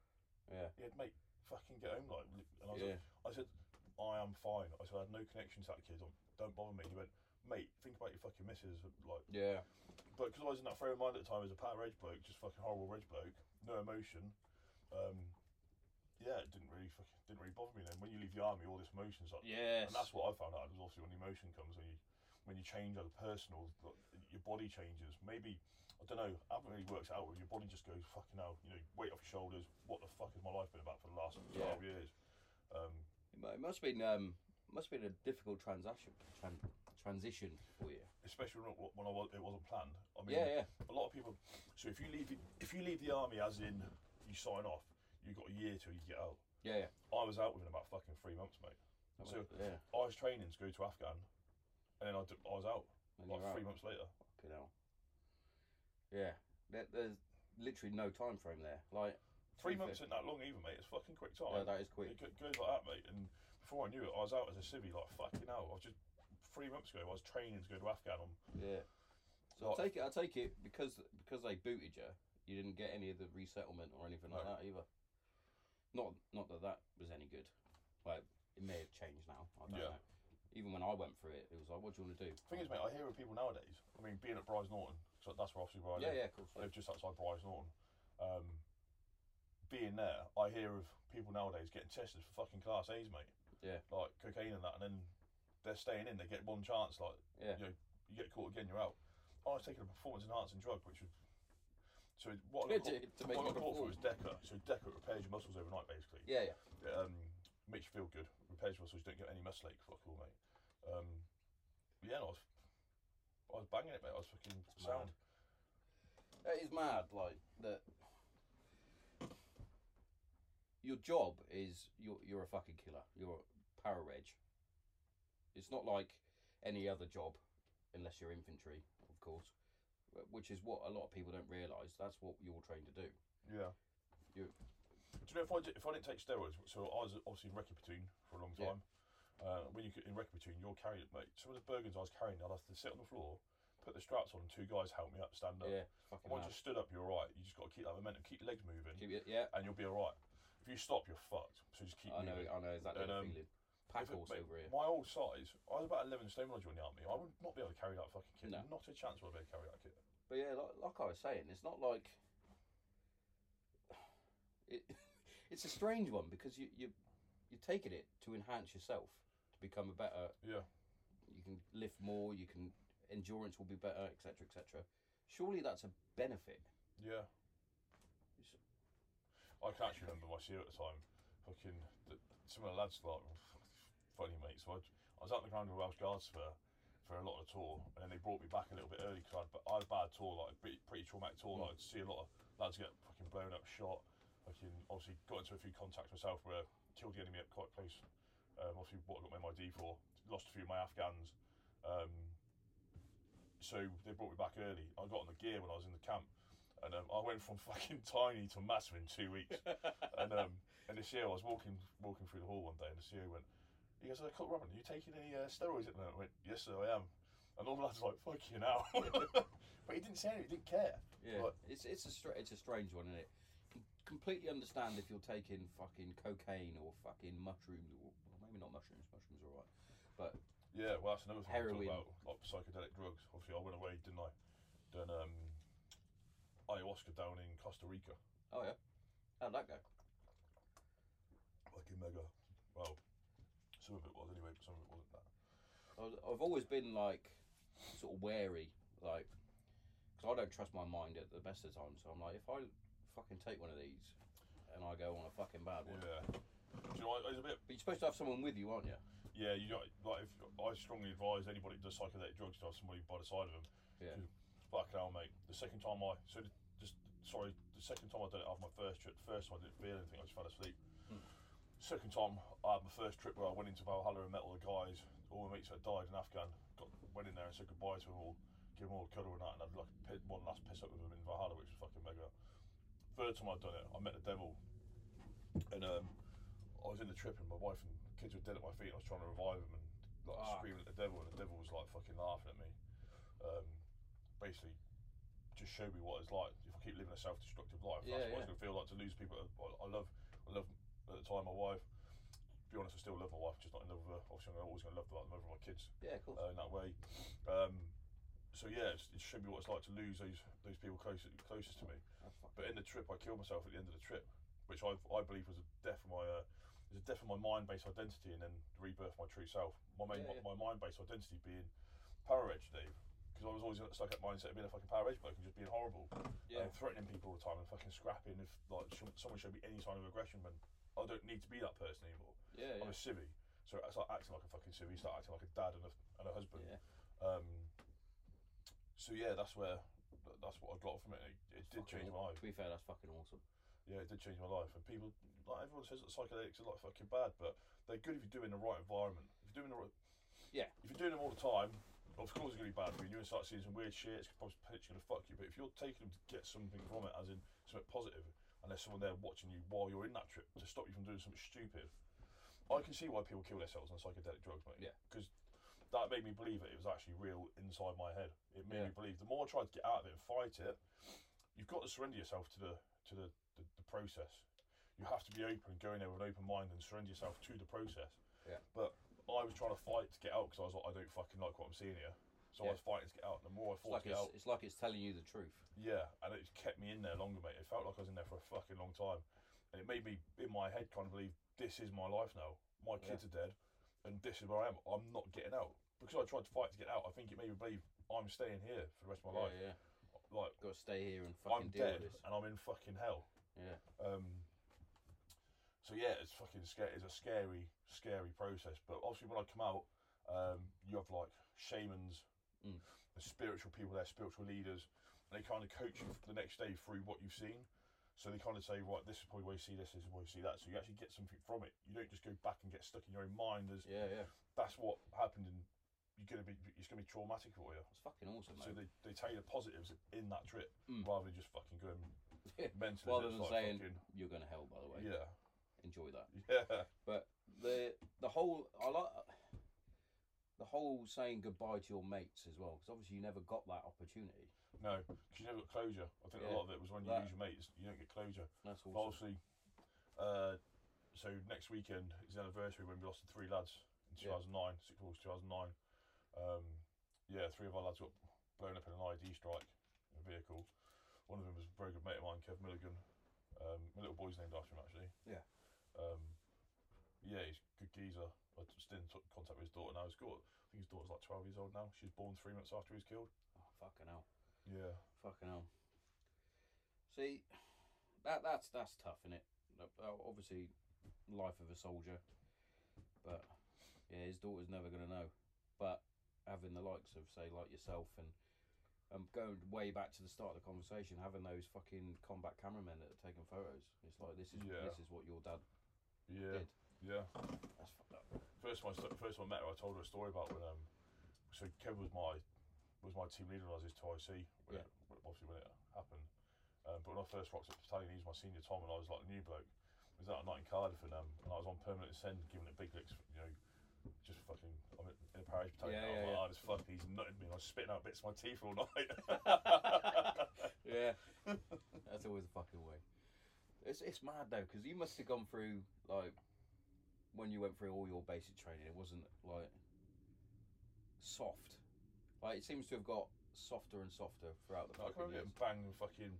S1: Yeah.
S2: He had, "Mate, fucking get home." Like, li- and I was
S1: Yeah.
S2: like, I said, "I am fine." I said, "I had no connection to that kid. Don't- Don't bother me." He went, "Mate, think about your fucking missus." Like,
S1: Yeah.
S2: but because I was in that frame of mind at the time as a pat reg bloke, just fucking horrible reg bloke, no emotion. Um, yeah, it didn't really fucking didn't really bother me then. When you leave the army, all this emotions up,
S1: Yes.
S2: and that's what I found out. Is obviously when the emotion comes when you when you change as a person or like, your body changes. Maybe I don't know. I haven't really worked it out. Where your body just goes fucking out. You know, weight off your shoulders. What the fuck has my life been about for the last
S1: Yeah.
S2: twelve years? Um,
S1: It mu- It must have been um, must have been a difficult transaction tran- transition for you.
S2: especially when, it- when I was, it wasn't planned. I mean,
S1: Yeah, yeah.
S2: a lot of people. So if you leave, if you leave the army, as in you sign off, you have got a year till you get out.
S1: Yeah, yeah.
S2: I was out within about fucking three months, mate.
S1: That
S2: So-
S1: was- yeah,
S2: I was training to go to Afghan, and then I, d- I was out
S1: and
S2: like
S1: you're out.
S2: three months later.
S1: Fucking hell. Yeah, there, there's literally no time frame there. Like
S2: Three
S1: Three
S2: months
S1: fif-
S2: isn't that long either, mate. It's fucking quick time.
S1: yeah, that is quick.
S2: It go- goes like that, mate. And before I knew it, I was out as a civvy, like fucking out. I was just three months ago. I was training to go to Afghan. On,
S1: Yeah. So I
S2: Like-
S1: take it. I take it because because they booted you. You didn't get any of the resettlement or anything like
S2: No.
S1: that either. Not not that that was any good. Like it may have changed now. I don't
S2: Yeah.
S1: know. Even when I went through it, it was like, what do you want to do?
S2: thing is, mate, I hear of people nowadays. I mean, being at Bryce Norton, so that's where obviously where I
S1: yeah,
S2: live.
S1: yeah, of course.
S2: I live just outside Bryce Norton. Um, being there, I hear of people nowadays getting tested for fucking class A's, mate.
S1: Yeah.
S2: Like cocaine and that, and then they're staying in. They get one chance. Like
S1: Yeah.
S2: you know, you get caught again, you're out. I was taking a performance enhancing drug, which was so what I
S1: Yeah,
S2: got
S1: to-
S2: caught,
S1: to
S2: what
S1: make
S2: I
S1: you
S2: got caught
S1: perform.
S2: for was Deca. So Deca repairs your muscles overnight, basically.
S1: Yeah, yeah.
S2: It, um, makes you feel good. Repairs your muscles. You don't get any muscle ache. Fuck all, mate. Um, yeah, I was, I was banging it, mate. I was fucking
S1: It's
S2: sound.
S1: It is mad, like that. your job is you're you're a fucking killer. You're a para reg. It's not like any other job, unless you're infantry, of course, wh- which is what a lot of people don't realise. That's what you're trained to do.
S2: Yeah.
S1: You-
S2: Do you know if I, did, if I didn't take steroids? So I was obviously in Recupitine for a long
S1: Yeah.
S2: time. Uh, when you get in Recupitine, you're carrying it, mate. Some of the Bergens I was carrying, I'd have to sit on the floor, put the straps on, and two guys help me up, stand up.
S1: Yeah, fucking
S2: Once
S1: mad.
S2: you stood up, you're alright. You just got to keep that momentum, keep your legs moving,
S1: Keep it- yeah,
S2: and you'll be alright. If you stop, you're fucked. So just keep
S1: I know,
S2: moving.
S1: I know exactly
S2: And,
S1: the
S2: um,
S1: feeling. Pack
S2: If it-
S1: horse
S2: mate,
S1: over here.
S2: My old size, I was about 11 stone when I joined the army. I would not be able to carry that fucking kit.
S1: No.
S2: Not a chance would I be able to carry that kit.
S1: But yeah, like, like I was saying, it's not like it. It's a strange one because you you you're taking it to enhance yourself to become a better.
S2: Yeah.
S1: You can lift more. You can endurance will be better, etc., etc. Surely that's a benefit.
S2: Yeah. I can actually remember my CEO at the time. Fucking, the, some of the lads like, funny mate. So I, I was out on the ground with Welsh Guards for, for a lot of the tour, and then they brought me back a little bit early because I, had ba- I had a bad tour, like a pretty, pretty traumatic tour. Like, I'd see a lot of lads get fucking blown up, shot. Fucking, obviously got into a few contacts myself where I killed the enemy up quite close. Um, obviously what I got my MID for, lost a few of my Afghans. Um, so they brought me back early. I got on the gear when I was in the camp, and um, I went from fucking tiny to massive in two weeks. and um, and the CEO, I was walking walking through the hall one day, and the CEO went, "He goes, uh, Colt Robin, are you taking any uh, steroids at the moment?" I went, "Yes, sir, I am." And all the lads were like, "Fucking hell!" but he didn't say anything. He didn't care.
S1: Yeah,
S2: Right.
S1: it's it's a str- it's a strange one, isn't it? Can completely understand if you're taking fucking cocaine or fucking mushrooms or well, maybe not mushrooms. Mushrooms are all right, but
S2: Yeah, well, that's another thing
S1: Heroin.
S2: we talk about, like psychedelic drugs. Obviously, I went away, didn't I? Done um, ayahuasca down in Costa Rica.
S1: oh yeah, how'd that go?
S2: Fucking mega. Well, some of it was anyway, but some of it wasn't that.
S1: I- I've always been like sort of wary, like because I don't trust my mind at the best of times. So I'm like, if I fucking take one of these and I go on a fucking bad one,
S2: Yeah. Do you know, what, it's a bit.
S1: but you're supposed to have someone with you, aren't you?
S2: Yeah, you got like. If, I strongly advise anybody that does psychedelic drugs to have somebody by the side of them.
S1: Yeah.
S2: Fucking hell, mate. The second time I so the, just sorry, the second time I did it after my first trip. First time I didn't feel anything. I just fell asleep. Second time I had my first trip where I went into Valhalla and met all the guys, all my mates that died in Afghan. Got went in there and said goodbye to them all, give them all a cuddle and that, and I'd like pit, one last piss up with them in Valhalla, which was fucking mega. Third time I'd done it, I met the devil, and um, I was in the trip and my wife and kids were dead at my feet. and I was trying to revive them and like
S1: Ah.
S2: screaming at the devil, and the devil was like fucking laughing at me. Um, basically, just showed me what it's like if I keep living a self-destructive life.
S1: Yeah,
S2: that's
S1: yeah.
S2: what it's gonna feel like to lose people. I, I love, I love at the time my wife. To be honest, I still love my wife, just not in love with her. Obviously, I'm always gonna love the mother of my kids
S1: Yeah, of course.
S2: uh, in that way. Um, so yeah, it's, it showed me what it's like to lose those those people closest closest to me.
S1: That's fine.
S2: But in the trip, I killed myself at the end of the trip, which I, I believe was a death of my uh, was a death of my mind based identity and then the rebirth of my true self. My main,
S1: Yeah, yeah.
S2: my, mind based identity being power edge, Dave, because I was always in that stuck up mindset of being a fucking power edge bloke and just being horrible
S1: Yeah,
S2: and threatening people all the time and fucking scrapping if like sh- someone showed me any sign of aggression when I don't need to be that person anymore.
S1: yeah, yeah.
S2: I'm a civvy, so I start acting like a fucking civvy, start acting like a dad and a, and a husband.
S1: yeah.
S2: Um, so yeah, that's where that's what I got from it. It, it did
S1: Fucking
S2: change
S1: aw-
S2: my life.
S1: To be fair, that's fucking awesome.
S2: Yeah, it did change my life. And people, like everyone says that psychedelics are like fucking bad, but they're good if you're doing the right environment. If you're doing the right,
S1: Yeah.
S2: if you're doing them all the time, of course it's gonna be bad for you. You're gonna start seeing some weird shit. It's probably potentially gonna fuck you. But if you're taking them to get something from it, as in something positive, and there's someone there watching you while you're in that trip to stop you from doing something stupid, I can see why people kill themselves on psychedelic drugs, mate.
S1: Yeah.
S2: because. That made me believe it. It was actually real inside my head. It made
S1: Yeah.
S2: me believe. The more I tried to get out of it and fight it, you've got to surrender yourself to the to the, the, the process. You have to be open, go in there with an open mind, and surrender yourself to the process.
S1: Yeah.
S2: But I was trying to fight to get out because I was like, I don't fucking like what I'm seeing here. So
S1: Yeah.
S2: I was fighting to get out. The more I
S1: It's
S2: fought
S1: like
S2: to get
S1: it's,
S2: out,
S1: it's like it's telling you the truth.
S2: yeah, and it kept me in there longer, mate. It felt like I was in there for a fucking long time, and it made me in my head kind of believe this is my life now. My kids are dead, and this is where I am. I'm not getting out because I tried to fight to get out. I think it made me believe I'm staying here for the rest of my
S1: Yeah,
S2: life.
S1: yeah.
S2: Like
S1: Got to stay here and fucking
S2: I'm
S1: deal
S2: dead
S1: with this.
S2: and I'm in fucking hell.
S1: Yeah.
S2: Um, so yeah, it's fucking scary. It's a scary, scary process. But obviously, when I come out, um, you have like shamans,
S1: Mm.
S2: the spiritual people, they're spiritual leaders, and they kind of coach you for the next day through what you've seen. So they kind of say, right, this is probably where you see this, this is where you see that. So you actually get something from it. You don't just go back and get stuck in your own mind as
S1: Yeah, yeah.
S2: that's what happened, and you're gonna be it's gonna be traumatic for you.
S1: It's fucking awesome,
S2: So
S1: mate.
S2: they, they tell you the positives in that trip
S1: Mm.
S2: rather than just fucking going
S1: Yeah.
S2: mentally.
S1: Rather
S2: just
S1: than
S2: like
S1: saying,
S2: fucking-
S1: You're going to hell, by the way.
S2: yeah,
S1: Enjoy that.
S2: yeah,
S1: But the the whole I like the whole saying goodbye to your mates as well, because obviously you never got that opportunity.
S2: no, 'cause you never got closure. I think
S1: Yeah.
S2: a lot of it was when you
S1: That-
S2: lose your mates, you don't get closure.
S1: And that's
S2: But
S1: awesome.
S2: obviously, uh, so next weekend is the anniversary when we lost the three lads in
S1: Yeah.
S2: 2009, six August 2009. Um, yeah, three of our lads got blown up in an IED strike in a vehicle. One of them was a very good mate of mine, Kev Milligan. Um, my little boy's named after him actually.
S1: Yeah.
S2: Um, yeah, he's a good geezer. I'm still in t- contact with his daughter now. His daughter, I think his daughter's like 12 years old now. She was born three months after he was killed.
S1: Oh, fucking hell.
S2: Yeah.
S1: Fucking hell. See, that that's that's tough, isn't it? Obviously, life of a soldier, but yeah, his daughter's never gonna know. But having the likes of say like yourself and and going way back to the start of the conversation, having those fucking combat cameramen that are taking photos, it's like this is
S2: Yeah.
S1: this is what your dad.
S2: Yeah.
S1: Did.
S2: Yeah.
S1: That's fucked up.
S2: First time, I st- first time I met her, I told her a story about when um, so Kev was my was my team leader when I was his to IC. When
S1: Yeah.
S2: it, when- obviously when it happened, um, but when I first rocked up to battalion, he was my senior Tom, and I was like a new bloke. It was that night in Cardiff, and um, and I was on permanent ascend, giving it big licks, you know, just fucking. I'm in in a parish battalion.
S1: Yeah, yeah,
S2: now, I was like,
S1: yeah.
S2: hard as fuck. He's nutted me, and I was spitting out bits of my teeth all night.
S1: yeah, that's always a fucking way. It's it's mad though because you must have gone through like when you went through all your basic training. It wasn't like soft. Like it seems to have got softer and softer throughout the
S2: I
S1: fucking
S2: can't
S1: years.
S2: getting banged and fucking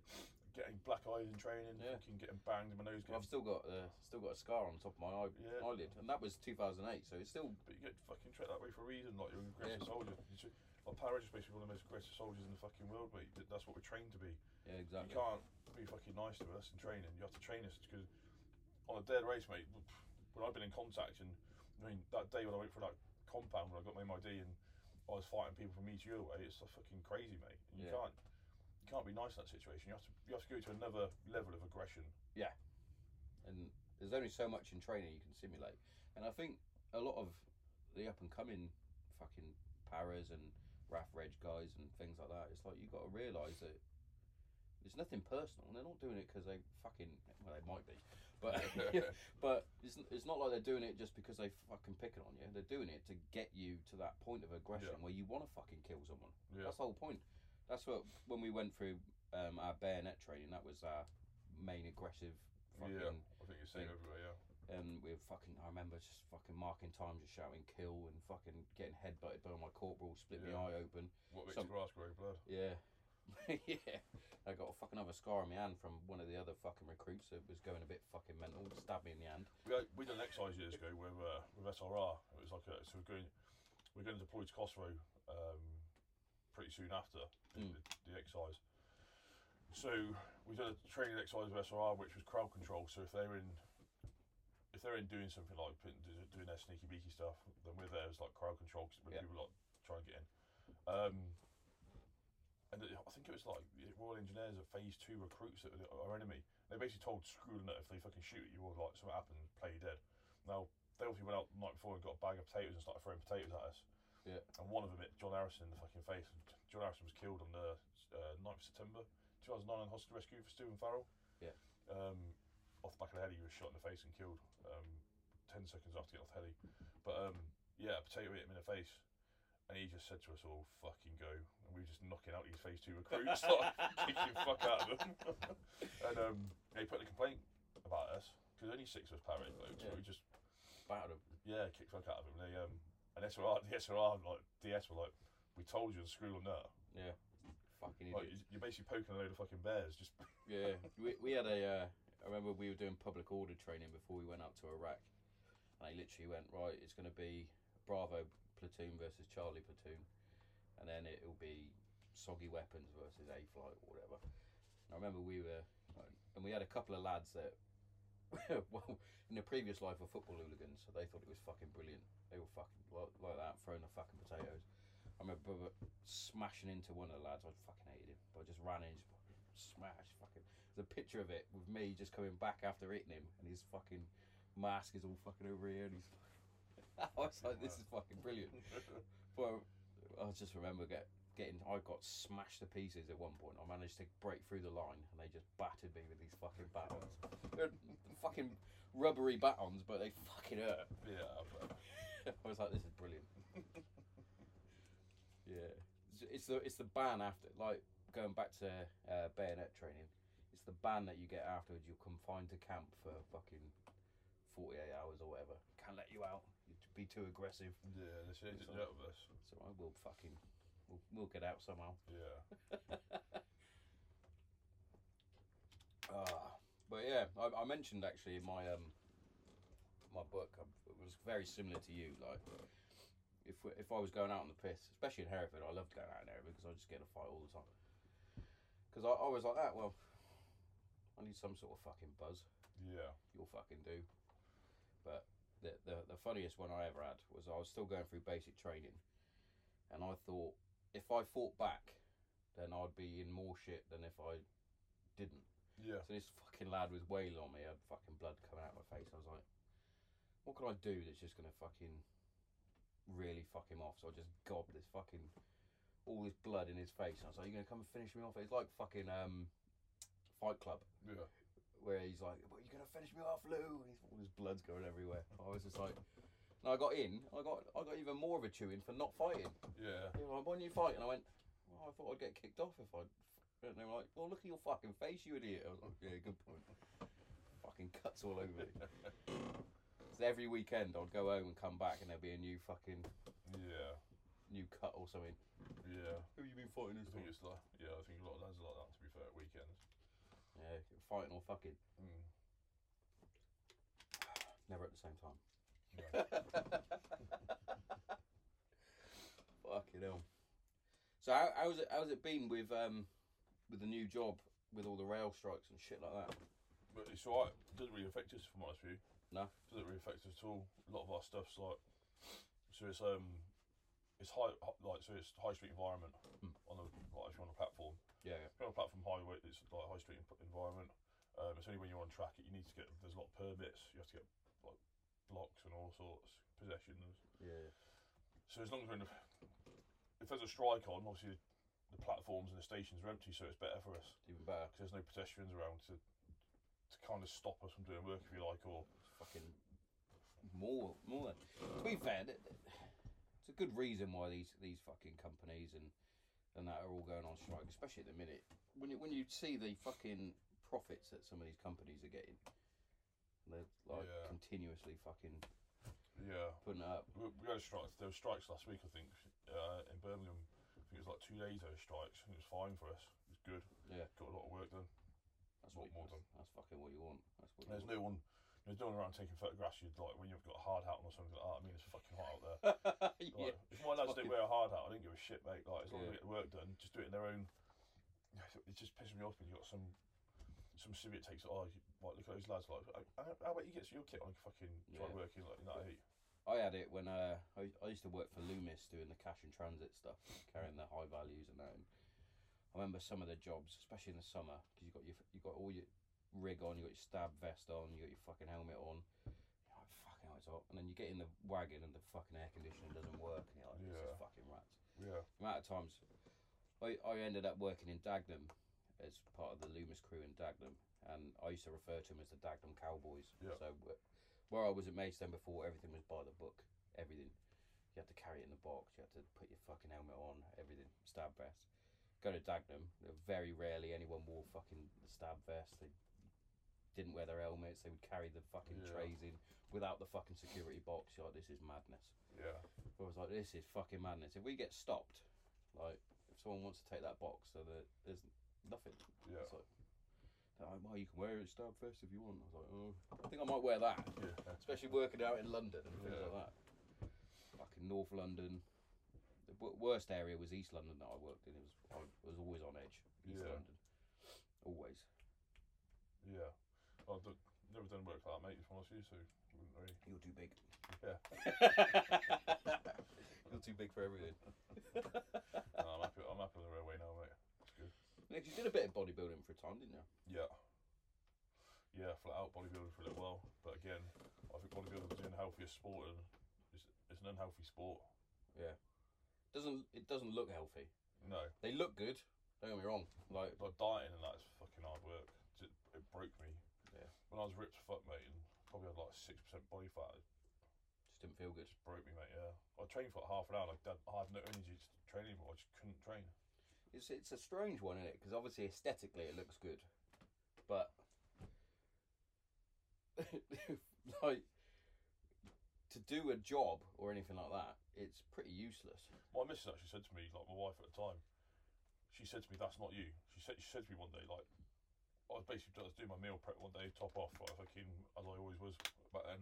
S2: getting black eyes in training.
S1: Yeah.
S2: Fucking getting banged in my nose.
S1: Well, I've
S2: Getting,
S1: still got uh, still got a scar on top of my eye,
S2: Yeah.
S1: eyelid, and that was 2008. So it's still
S2: But you get fucking treated that way for a reason. Like you're an
S1: Yeah.
S2: aggressive soldier. You should, like Parage is basically one of the most aggressive soldiers in the fucking world. But that's what we're trained to be.
S1: yeah exactly.
S2: You can't be fucking nice to us in training. You have to train us because on a dead race, mate. w- When I've been in contact, and I mean that day when I went for that compound when I got my MID and I was fighting people from each other way, it's so fucking crazy, mate. And you
S1: Yeah.
S2: can't you can't be nice in that situation. You have to you have to go to another level of aggression.
S1: and there's only so much in training you can simulate. And I think a lot of the up and coming fucking paras and RAF reg guys and things like that, it's like you got to realise that it's nothing personal. and They're not doing it because they fucking well, they might be, but but it's it's not like they're doing it just because they fucking picking on you. They're doing it to get you to that point of aggression where you want to fucking kill someone.
S2: Yeah.
S1: That's the whole point. That's what when we went through um, our bayonet training, that was our main aggressive fucking
S2: Yeah. I think you're saying
S1: Yeah.
S2: everywhere, yeah.
S1: and we were fucking. I remember just fucking marking time, just shouting "kill" and fucking getting headbutted by my corporal, split
S2: Yeah.
S1: my eye open.
S2: What makes
S1: Some-
S2: grass grow blood?
S1: Yeah, yeah. I got a fucking other scar on my hand from one of the other fucking recruits that was going a bit fucking mental, stabbed me in the hand.
S2: We had, we did an exercise years ago with uh, with SRR. It was like a, so we're going we're going to deploy to Kosovo um, pretty soon after the,
S1: Mm.
S2: the, the exercise. So we did a training exercise with SRR, which was crowd control. So if they were in if they're in doing something like putting, do- doing their sneaky beaky stuff, then we're there as like crowd control 'cause when
S1: Yeah.
S2: people like try and get in. Um, and it- I think it was like the Royal Engineers or Phase Two recruits that are our enemy. They basically told Screw that if they fucking shoot at you or like something happened, play you dead. Now they obviously went out the night before and got a bag of potatoes and started throwing potatoes at us.
S1: Yeah.
S2: And one of them hit John Harrison in the fucking face. John Harrison was killed on the uh, 9th of September 2009 in hostage rescue for Stephen Farrell.
S1: Yeah.
S2: Um, off the back of the head, he was shot in the face and killed. Um, ten seconds after getting off the heli. But um, yeah, a potato hit him in the face, and he just said to us all, "Fucking go!" And we were just knocking out these phase two recruits, like kicking fuck out of them. and um, they put in a complaint about us because only six of us parrot blokes.
S1: Yeah.
S2: So we just
S1: Battered him.
S2: yeah kicked fuck out of them. They um, and SRR, the SRR like DS were like, "We told you to screw on that."
S1: Yeah, fucking
S2: Like
S1: idiot.
S2: you- you're basically poking a load of fucking bears. Just
S1: Yeah, we we had a. Uh, I remember we were doing public order training before we went out to Iraq, and they literally went right. It's going to be Bravo platoon versus Charlie platoon, and then it'll be soggy weapons versus A flight or whatever. And I remember we were, and we had a couple of lads that, well, in their previous life were football hooligans, so they thought it was fucking brilliant. They were fucking like, like that, throwing the fucking potatoes. I remember smashing into one of the lads. I fucking hated him, but I just ran in. Just, smash, fucking. There's a picture of it with me just coming back after hitting him, and his fucking mask is all fucking over here, and he's. I was like, this is fucking brilliant. But I just remember get, getting, I got smashed to pieces at one point. I managed to break through the line, and they just battered me with these fucking batons. They're fucking rubbery batons, but they fucking hurt.
S2: yeah, but
S1: I was like, this is brilliant. yeah, It's- it's the it's the ban after like going back to uh, bayonet training. It's the ban that you get afterwards. You're confined to camp for fucking forty eight hours or whatever. Can't let you out. You'd be too aggressive.
S2: yeah, they should
S1: It's
S2: do
S1: all-
S2: that with us.
S1: So I will fucking we'll, we'll get out somehow.
S2: Yeah,
S1: Ah, but yeah, I, I mentioned actually in my um my book um, it was very similar to you. Like if we- if I was going out on the piss, especially in Hereford, I loved going out in Hereford because I just get in a fight all the time. Because I, I was like that. Well, I need some sort of fucking buzz.
S2: yeah,
S1: You'll fucking do. But the the, the funniest one I ever had was I was still going through basic training, and I thought if I fought back, then I'd be in more shit than if I didn't.
S2: yeah.
S1: So this fucking lad was wailing on me. I had fucking blood coming out of my face. I was like, what can I do that's just gonna fucking really fuck him off? So I just gobbed this fucking all this blood in his face. And I was like, you gonna come and finish me off? It's like fucking um, Fight Club
S2: Yeah,
S1: where he's like, "But you're gonna finish me off, Lou." And he's, all his blood's going everywhere. I was just like, and I got in. I got I got even more of a chewing for not fighting.
S2: yeah,
S1: They were like, why didn't you fight? And I went, well, I thought I'd get kicked off if I. And they were like, well, look at your fucking face, you idiot. I was like, yeah, good point. fucking cuts all over me. so every weekend I'd go home and come back and there'd be a new fucking
S2: yeah,
S1: new cut or something.
S2: yeah.
S1: Who you been fighting
S2: I think it's like, yeah, I think a lot of lads are like that. To be fair, at weekends.
S1: Yeah, fighting or fucking.
S2: Mm.
S1: Never at the same time.
S2: Yeah.
S1: Fucking hell. So how, how's it how's it been with um with the new job with all the rail strikes and shit like that?
S2: but it's alright. It doesn't really affect us, if I'm honest with you.
S1: No.
S2: doesn't really affect us at all. A lot of our stuff's like, so it's um, it's high hi- like so it's high street environment
S1: Mm.
S2: on a like if you're on a platform.
S1: Yeah,
S2: If you're on a platform highway, it's like high street en- environment. Um, it's only when you're on track that you need to get there's a lot of permits. You have to get like blocks and all sorts possessions.
S1: yeah, yeah.
S2: So as long as we're in the, if there's a strike on, obviously the platforms and the stations are empty, so it's better for us
S1: Even better.
S2: because there's no pedestrians around to to kind of stop us from doing work if you like or
S1: fucking more more than to be fair th- th- it's a good reason why these these fucking companies and and that are all going on strike especially at the minute when you when you see the fucking profits that some of these companies are getting they're like
S2: Yeah.
S1: continuously fucking
S2: yeah
S1: putting it up
S2: we, we had a strike there were strikes last week I think uh, in Birmingham I think it was like two days there were strikes and it was fine for us it was good
S1: Yeah.
S2: got a lot of work done
S1: that's what you,
S2: More than.
S1: that's fucking what you want that's what
S2: And there's
S1: you want.
S2: no one there's no one around taking photographs you'd like when you've got a hard hat on or something like that I mean it's fucking hot out there
S1: yeah.
S2: Like, If my lads
S1: fucking-
S2: didn't wear a hard hat, I didn't give a shit, mate. Like, as long as
S1: Yeah.
S2: they get the work done, just do it in their own. It just pisses me off when you got some some civet takes it. Oh, you, like look at those lads. Like, I- I- how about you get your kit on? Fucking try
S1: Yeah.
S2: working like in that heat.
S1: I had it when uh, I, I used to work for Loomis doing the cash and transit stuff, carrying the high values and that. And I remember some of the jobs, especially in the summer, because you got your you got all your rig on, you got your stab vest on, you got your fucking helmet on. You're like, fucking hell, it's hot. And then you get in the wagon and the fucking air conditioning doesn't work, and you're like, this
S2: Yeah.
S1: is fucking rats.
S2: Yeah,
S1: The amount of times I, I ended up working in Dagenham as part of the Loomis crew in Dagenham, and I used to refer to them as the Dagenham Cowboys.
S2: Yeah.
S1: So wh- where I was at Maidstone before, everything was by the book. Everything. You had to carry it in the box. You had to put your fucking helmet on. Everything. Stab vest. Go to Dagenham. Very rarely anyone wore fucking the stab vest. They didn't wear their helmets. They would carry the fucking
S2: Yeah.
S1: trays in without the fucking security box. You're like, this is madness.
S2: yeah,
S1: I was like, this is fucking madness. If we get stopped, like, if someone wants to take that box, so that there's nothing.
S2: yeah,
S1: It's like, they're like, well, you can wear it stab first if you want. I was like, oh, I think I might wear that,
S2: yeah.
S1: especially working out in London and things
S2: Yeah.
S1: like that. Fucking North London. The w- worst area was East London that I worked in. It was I was always on edge. East
S2: Yeah.
S1: London, always.
S2: yeah. I've done, never done work like that, mate. If I'm honest with you, so wouldn't really.
S1: You're too big.
S2: Yeah.
S1: You're too big for everything.
S2: No, I'm happy. I'm happy with the railway now, mate.
S1: Nick, you did a bit of bodybuilding for
S2: this sport and it's, it's an unhealthy sport.
S1: Doesn't it doesn't look healthy?
S2: No,
S1: They look good. Don't get me wrong. Like
S2: like dieting and that's fucking hard work. It, it broke me.
S1: Yeah.
S2: When I was ripped to fuck, mate, and probably had like six percent body fat, it
S1: just didn't feel good.
S2: broke me, mate. Yeah. I trained for like half an hour. Like, I had no energy to train anymore. I just couldn't train.
S1: It's it's a strange one, isn't it? Because obviously aesthetically it looks good, but like to do a job or anything like that, it's pretty useless.
S2: My missus actually said to me, like my wife at the time, she said to me, "That's not you." She said, she said to me one day, like, I was basically I was doing my meal prep one day, top off, like fucking as I always was back then.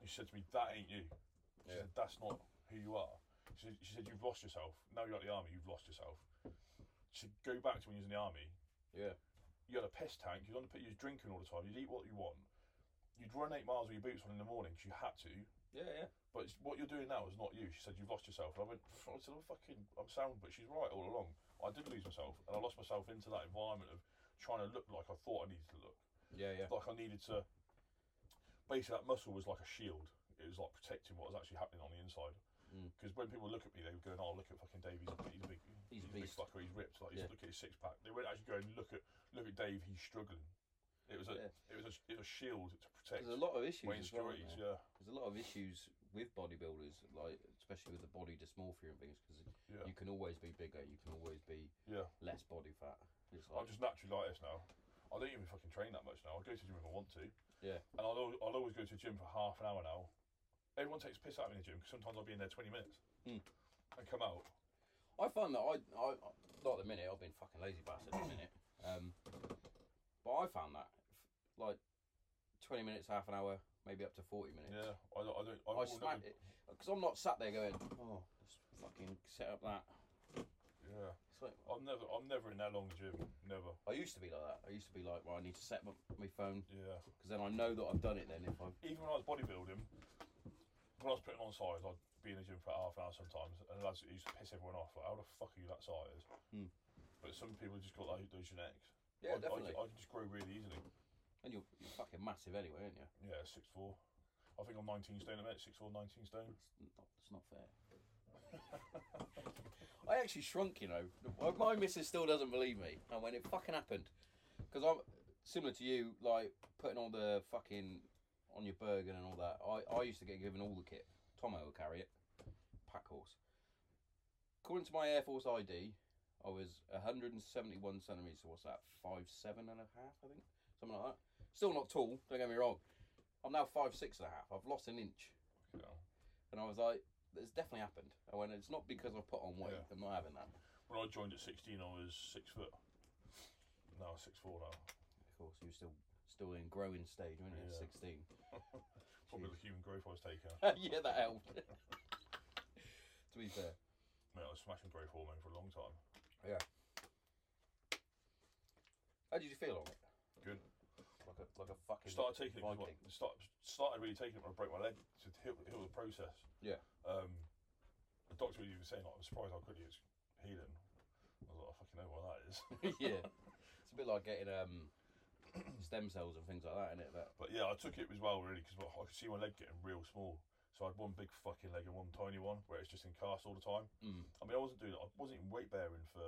S2: And she said to me, "That ain't you." She
S1: Yeah.
S2: said, "That's not who you are." She said, she said, "You've lost yourself. Now you're out of the army. You've lost yourself." She said, "Go back to when you was in the army.
S1: Yeah.
S2: You had a piss tank. You was on the pit. You was drinking all the time. You'd eat what you want. You'd run eight miles with your boots on in the morning 'cause you had to."
S1: Yeah, yeah.
S2: but it's, what you're doing now is not you. She said you've lost yourself. And I went, "Pff," I said, I'm fucking, I'm sound, but she's right all along. I did lose myself, and I lost myself into that environment of trying to look like I thought I needed to look,
S1: Yeah, yeah.
S2: like I needed to. Basically, that muscle was like a shield. It was like protecting what was actually happening on the inside.
S1: Mm.
S2: Because when people look at me, they were going, "Oh, look at fucking Dave. He's a, he's a big,
S1: He's a
S2: a big
S1: beast."
S2: fucker. He's ripped. Like, he's,
S1: Yeah.
S2: look at his six pack." They weren't actually going, "Look at, look at Dave. He's struggling." It was a,
S1: Yeah.
S2: it was a, it was a shield to protect
S1: There's a lot of issues.
S2: my
S1: as well, aren't
S2: insecurities.
S1: there?
S2: yeah,
S1: There's a lot of issues with bodybuilders, like especially with the body dysmorphia and things, because
S2: yeah.
S1: you can always be bigger, you can always be
S2: Yeah.
S1: less body fat. It's
S2: I'm
S1: like,
S2: just naturally like this now. I don't even fucking train that much now. I go to the gym if I want to.
S1: Yeah.
S2: And I'll, al- I'll always go to the gym for half an hour now. Everyone takes piss out of me in the gym because sometimes I'll be in there 20 minutes
S1: Hmm.
S2: and come out.
S1: I find that I, I not at the minute I've been fucking lazy bastard at the minute, um, but I found that like twenty minutes, half an hour, maybe up to forty minutes.
S2: Yeah. I, don't- I don't. I,
S1: I
S2: will
S1: smack
S2: never-
S1: it because I'm not sat there going, oh, let's fucking set up that.
S2: Yeah.
S1: It's like,
S2: I'm never. I'm never in that long gym. Never.
S1: I used to be like that. I used to be like, well, I need to set up my phone
S2: Yeah.
S1: because then I know that I've done it. Then if I
S2: Even when I was bodybuilding, when I was putting on size, I'd be in the gym for half an hour sometimes, and lads it used to piss everyone off. Like, how the fuck are you that size?
S1: Hmm.
S2: But some people just got like those genetics.
S1: yeah,
S2: I,
S1: definitely.
S2: I, I can just grow really easily.
S1: and you're, you're fucking massive anyway, aren't you?
S2: Yeah, six four. I think I'm 19 stone. I met six four, 19 stone.
S1: It's not, it's not fair. I actually shrunk, you know. My- My missus still doesn't believe me. And when it fucking happened, because I'm similar to you, like putting all the fucking on your burger and all that. I, I used to get given all the kit. Tomo will carry it. Pack horse. According to my Air Force ID, I was 171 centimetres. So what's that? Five seven and a half, I think, something like that. Still not tall. Don't get me wrong. I'm now five six and a half. I've lost an inch.
S2: You know.
S1: And I was like, it's definitely happened. I went, it's not because I put on weight.
S2: Yeah.
S1: I'm not having that.
S2: When I joined at 16, I was six foot. Now I'm six four now.
S1: Of course, you were still still in growing stage, weren't you?
S2: Yeah.
S1: Sixteen.
S2: Probably the human growth I was taking.
S1: yeah, that helped. to be fair.
S2: Mate, I was smashing growth hormone for a long time.
S1: How did you feel on it?
S2: Good.
S1: Like a like a fucking.
S2: Started taking it. 'cause
S1: Viking.
S2: what- Start, started really taking it when I broke my leg to heal, heal the process.
S1: Yeah.
S2: Um, the doctor was even saying, like, I'm surprised how quickly it's healing. I was like, I fucking know what that is.
S1: yeah. It's a bit like getting um stem cells and things like that, isn't it? That
S2: But yeah, I took it as well, really, because I could see my leg getting real small. So I had one big fucking leg and one tiny one, where it's just in cast all the time.
S1: mm,
S2: I mean, I wasn't doing it. I wasn't even weight bearing for.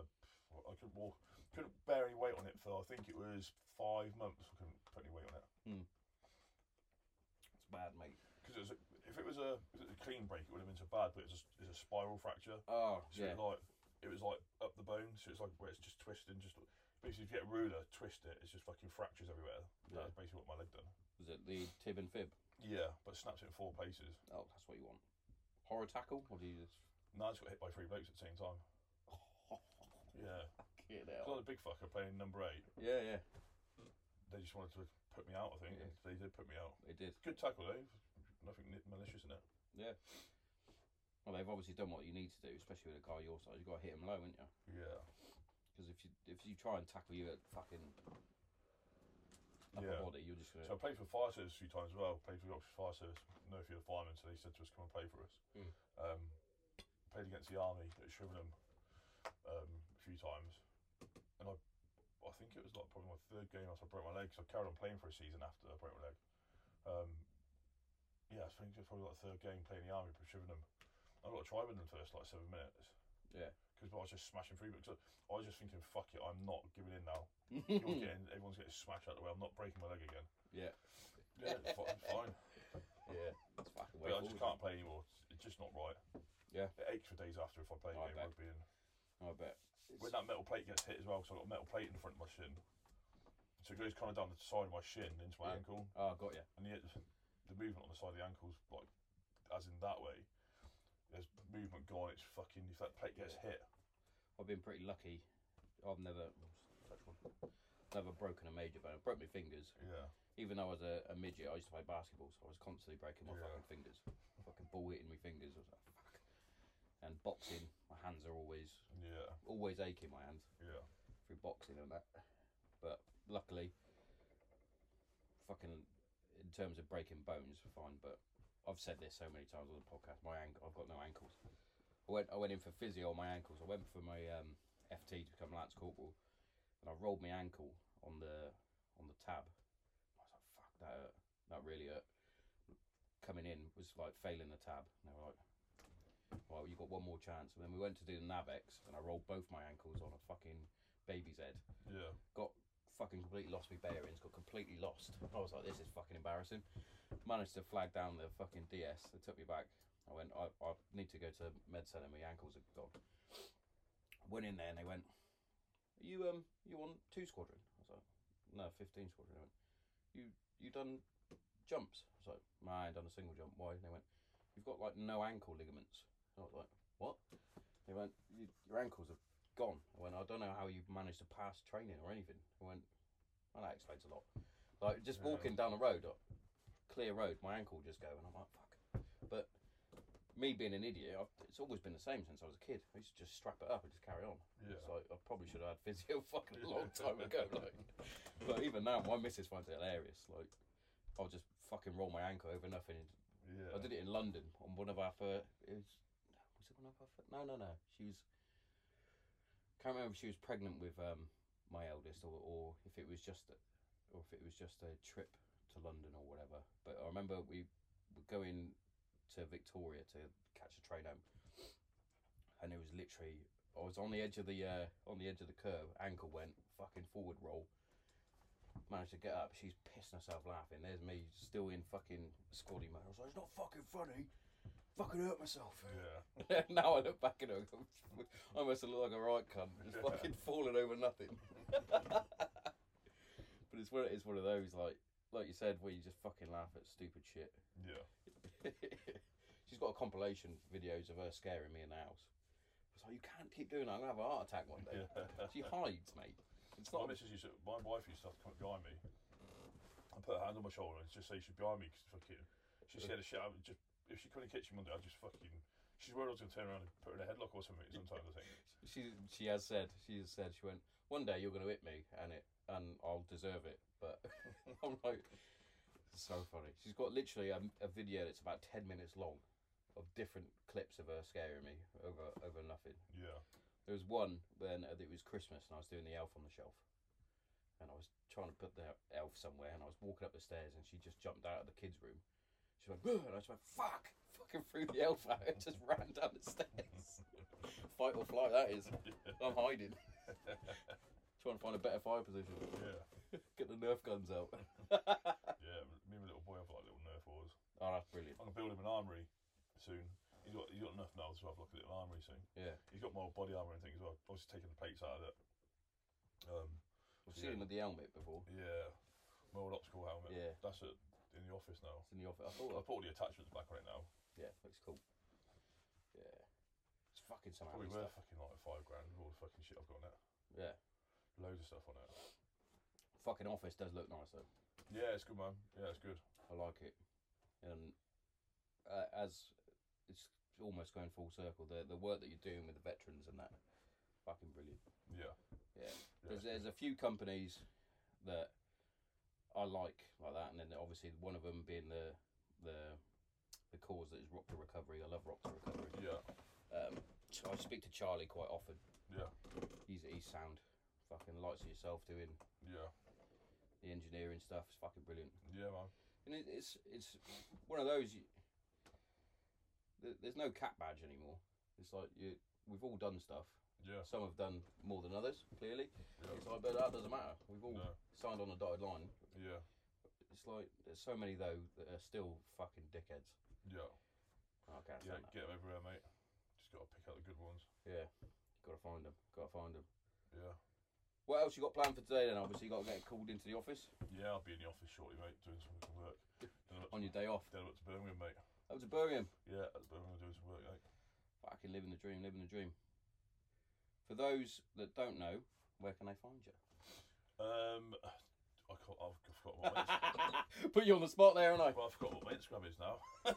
S2: I couldn't walk. Couldn't bear any weight on it for. I think it was five months. I couldn't put any weight on it
S1: it's bad, mate.
S2: because it was. A, if it was a, if it was a clean break, it would have been so bad. But it's a, it's a spiral fracture.
S1: Oh
S2: So
S1: yeah.
S2: it like it was like up the bone. So it's like where it's just twisting. Just basically, if you get a ruler, twist it. It's just fucking fractures everywhere.
S1: Yeah.
S2: That's basically what my leg done.
S1: Was it the tib and fib?
S2: Yeah, but snaps it in four places.
S1: Oh, that's what you want. Horror tackle? Or do you just?
S2: And I just got hit by three blokes at the same time. Yeah,
S1: Get
S2: I
S1: out.
S2: was a big fucker playing number eight.
S1: Yeah, yeah.
S2: They just wanted to put me out. I think and they did put me out.
S1: It did.
S2: Good tackle though. Nothing ni- malicious in it.
S1: Well, they've obviously done what you need to do, especially with a guy your size. You've got to hit him low, haven't you?
S2: Yeah.
S1: Because if you if you try and tackle you at fucking upper
S2: Yeah.
S1: body, you're just
S2: So
S1: gonna.
S2: I played for the fire service a few times as well. Played for the Oxford Fire Service. No few of the firemen, so they said to us, "Come and play for us."
S1: Mm.
S2: Um, played against the army at Shrivenham um, a few times, and I, I think it was like probably my third game after I broke my leg. So I carried on playing for a season after I broke my leg. Um, yeah, I think it's probably like the third game playing the army for Chivernham. I've got to try with them first like seven minutes
S1: Yeah.
S2: because I was just smashing through. Because I was just thinking, fuck it, I'm not giving in now. You're getting, everyone's getting smashed out of the way. I'm not breaking my leg again.
S1: yeah.
S2: Yeah, it's fi- it's fine.
S1: Yeah. It's fucking way
S2: But I just
S1: forward.
S2: can't play anymore. It's just not right.
S1: Yeah.
S2: It aches for days after if I play a
S1: I
S2: game
S1: bet.
S2: rugby. And
S1: I bet.
S2: when that metal plate gets hit as well, so I've got a metal plate in front of my shin. So it goes kind of down the side of my shin into my
S1: Yeah.
S2: ankle.
S1: Oh, got you.
S2: And yet the movement on the side of the ankle's like, as in that way, there's movement gone. It's fucking, if that plate gets hit,
S1: I've been pretty lucky. I've never oh, touch one. Never broken a major bone. I broke my fingers.
S2: yeah.
S1: Even though I was a, a midget, I used to play basketball, so I was constantly breaking my
S2: Yeah.
S1: fucking fingers. Fucking ball hitting my fingers. I was like, fuck. And boxing, my hands are always
S2: Yeah,
S1: always aching. My hands
S2: yeah.
S1: through boxing and that. But luckily, fucking in terms of breaking bones, fine. But I've said this so many times on the podcast. My ankle, I've got no ankles. I went, I went in for physio on my ankles. I went for my um, FT to become lance corporal, and I rolled my ankle on the on the tab. I was like, fuck that hurt. That really hurt. Coming in was like failing the tab. And they were like, well, you got one more chance. And then we went to do the Navex, and I rolled both my ankles on a fucking baby's head
S2: Yeah,
S1: got fucking completely lost my bearings, got completely lost. I was like, this is fucking embarrassing. Managed to flag down the fucking DS. They took me back. I went, I, I need to go to med centre. My ankles are gone. Went in there and they went, are you um, you on two squadron? I was like, no, fifteen squadron. They went, you you done jumps? I was like, no, I ain't done a single jump. Why? And they went, you've got like no ankle ligaments. I was like, what? They went, "You- your ankles are gone. I went, I don't know how you managed to pass training or anything. I went, well, that explains a lot. Like, just
S2: Yeah.
S1: walking down the road, uh, clear road, my ankle would just go, and I'm like, fuck. But me being an idiot, I've, it's always been the same since I was a kid. I used to just strap it up and just carry on.
S2: yeah.
S1: It's like, I probably should have had physio fucking a long time ago. Like, but even now, my missus finds it hilarious. Like, I'll just fucking roll my ankle over nothing. I
S2: yeah.
S1: did it in London on one of our first. It was, was it one of our first? No, no, no. She was. Can't remember if she was pregnant with um, my eldest, or, or if it was just, a, or if it was just a trip to London or whatever. But I remember we were going to Victoria to catch a train home, and it was literally I was on the edge of the uh, on the edge of the curb. Ankle went fucking forward roll. Managed to get up. She's pissing herself laughing. There's me still in fucking squaddy mode. I was like, it's not fucking funny. Fucking hurt myself.
S2: Yeah,
S1: now I look back and I go, I must have looked like a right cunt, just fucking falling over nothing. but it's one, it's one of those like like you said where you just fucking laugh at stupid shit.
S2: yeah.
S1: She's got a compilation videos of her scaring me in the house. I was like, you can't keep doing that. I'm gonna have a heart attack one day. She hides, mate. It's
S2: My
S1: not.
S2: missus used to, my wife used to have to come up behind me and put her hand on my shoulder and just say she's behind me because fucking she scared the shit out of me. Just if she come in the kitchen one day, I'd just fucking. She's worried I was gonna turn around and put her in a headlock or something. Sometimes I think.
S1: She she has said. She has said. She went. One day you're gonna hit me, and it and I'll deserve it. But I'm like, so funny. She's got literally a, a video that's about ten minutes long, of different clips of her scaring me over over nothing.
S2: Yeah,
S1: There was one when uh, it was Christmas and I was doing the elf on the shelf. And I was trying to put the elf somewhere and I was walking up the stairs and she just jumped out of the kids' room. She went, "Ugh," and I just went, fuck! Fucking threw the elf out and just ran down the stairs. Fight or flight, that is. I'm hiding. trying to find a better fire position.
S2: yeah,
S1: Get the Nerf guns out.
S2: yeah. Me and my little boy have like little Nerf wars.
S1: Oh, that's brilliant.
S2: I'm gonna build him an armory soon. He's got he's got enough now to have like a little armory soon.
S1: Yeah.
S2: He's got my old body armor and things. Well. I was just taking the plates out of it. Um,
S1: I've seen him with the helmet before.
S2: yeah, my old optical helmet.
S1: Yeah.
S2: That's it in the office now.
S1: It's in the office. I
S2: I
S1: thought,
S2: put all the attachments back on it now.
S1: yeah, looks cool. Yeah. It's fucking some
S2: Probably
S1: handy
S2: worth
S1: stuff.
S2: fucking like five grand with all the fucking shit I've got on it.
S1: Yeah.
S2: Loads of stuff on it.
S1: Fucking office does look nice though.
S2: Yeah, it's good, man. Yeah, it's good.
S1: I like it, and uh, as it's almost going full circle, the the work that you're doing with the veterans and that, fucking brilliant.
S2: Yeah.
S1: Yeah.
S2: yeah
S1: There's
S2: it's good.
S1: there's a few companies that I like like that, and then obviously one of them being the the the cause that is Rock to Recovery. I love Rock to Recovery.
S2: Yeah,
S1: Um, Ch- I speak to Charlie quite often.
S2: yeah,
S1: He's he's sound, fucking likes it yourself doing
S2: yeah,
S1: the engineering stuff. It's fucking brilliant.
S2: yeah, man.
S1: and it, it's it's one of those. You, there- there's no cat badge anymore. It's like you, we've all done stuff.
S2: Yeah.
S1: Some have done more than others, clearly.
S2: Yeah.
S1: It's like, but that doesn't matter. We've all
S2: No.
S1: signed on a dotted line.
S2: Yeah.
S1: It's like there's so many though that are still fucking dickheads.
S2: Yeah.
S1: I can't
S2: Yeah.
S1: stand that.
S2: Get them everywhere, mate. Just got to pick out the good ones.
S1: Yeah, gotta find them. Gotta find them.
S2: Yeah.
S1: What else you got planned for today? Then obviously you got to get called into the office
S2: Yeah. I'll be in the office shortly, mate, doing some good work. Then I'm up
S1: on your day off.
S2: to- then I'm up to Birmingham, mate.
S1: Over to Birmingham.
S2: Yeah, at Birmingham doing some work, mate.
S1: Fucking living the dream, living the dream. For those that don't know, where can they find you?
S2: Um, I can't, I've forgotten what my, Inst-
S1: Put you on the spot there, and I.
S2: well, I forgot what my Instagram is now.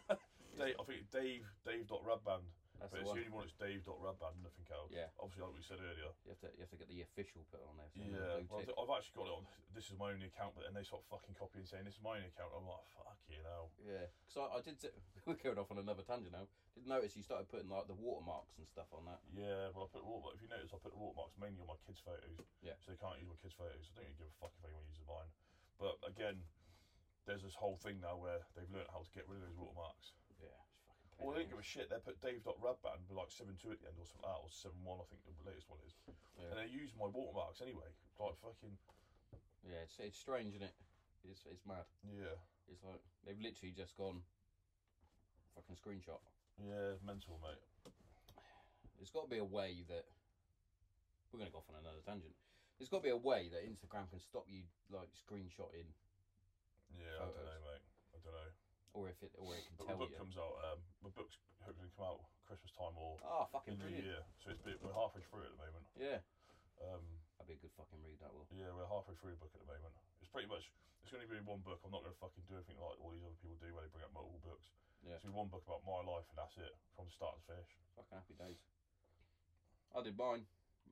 S2: Dave, I think it's Dave Dave dot Radband,
S1: That's the
S2: but it's
S1: one. You
S2: the only one that's Dave dot Radband, nothing else.
S1: Yeah.
S2: Obviously, like we said earlier.
S1: have to you have to get the official put on there. So
S2: Yeah,
S1: blue
S2: well,
S1: tick.
S2: I've actually got it on. This is my only account, but then they start fucking copying saying this is my only account. I'm like, fuck you know.
S1: Yeah, because I, I did. s- We're going off on another tangent now. Did notice you started putting like the watermarks and stuff on that.
S2: Yeah, well, I put watermark. If you notice, I put the watermarks mainly on my kids' photos.
S1: Yeah.
S2: So they can't use my kids' photos. I don't even give a fuck if anyone uses mine. But again, there's this whole thing now where they've learned how to get rid of those watermarks.
S1: Yeah, it's fucking.
S2: Well, they
S1: pain.
S2: didn't give a shit. They put Dave.Radband with like 7 2 at the end or something like that, or 7 1, I think the latest one is.
S1: Yeah.
S2: And they use my watermarks anyway. Like, fucking.
S1: Yeah, it's it's strange, isn't it? It's it's mad.
S2: Yeah.
S1: It's like they've literally just gone. Fucking screenshot.
S2: Yeah, mental, mate.
S1: There's got to be a way that we're going to go off on another tangent. There's got to be a way that Instagram can stop you like screenshotting,
S2: Yeah, I don't
S1: Photos.
S2: know, mate. I don't know.
S1: or if it or it can
S2: But my
S1: tell
S2: book
S1: you.
S2: comes out, um, my book's hopefully going to come out Christmas time or
S1: Ah,
S2: in
S1: fucking
S2: the
S1: brilliant.
S2: year. So it's been, we're halfway through at the moment.
S1: Yeah,
S2: Um,
S1: that'd be a good fucking read. That will.
S2: yeah, we're halfway through the book at the moment. It's pretty much, it's going to be one book. I'm not going to fucking do anything like all these other people do where they bring up multiple books.
S1: Yeah.
S2: It's going to be one book about my life and that's it from start to finish.
S1: Fucking happy days. I did mine.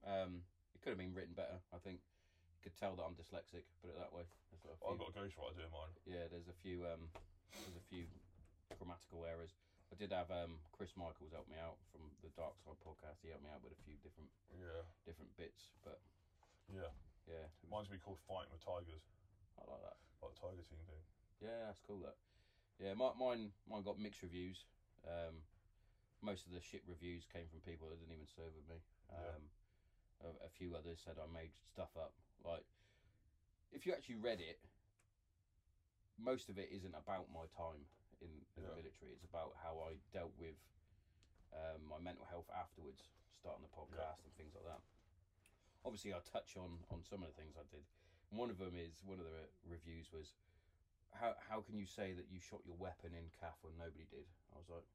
S1: Um, it could have been written better. I think you could tell that I'm dyslexic. Put it that way. There's a
S2: I've
S1: few-
S2: got a ghostwriter doing mine.
S1: yeah, there's a few. Um, there's a few grammatical errors. I did have um, Chris Michaels help me out from the Dark Side podcast. He helped me out with a few different
S2: Yeah.
S1: different bits, but
S2: Yeah.
S1: yeah, it was-
S2: Mine's gonna be called Fighting with Tigers,
S1: I like that.
S2: like the Tiger Team thing.
S1: Yeah, that's cool. That. Yeah, my, mine mine got mixed reviews. Um, most of the shit reviews came from people that didn't even serve with me.
S2: Yeah.
S1: Um, a, a few others said I made stuff up. Like, if you actually read it, most of it isn't about my time in, in
S2: Yeah.
S1: the military. It's about how I dealt with um, my mental health afterwards, starting the podcast and things like that. Obviously, I touch on on some of the things I did. One of them is one of the reviews was how how can you say that you shot your weapon in calf when nobody did? I was like,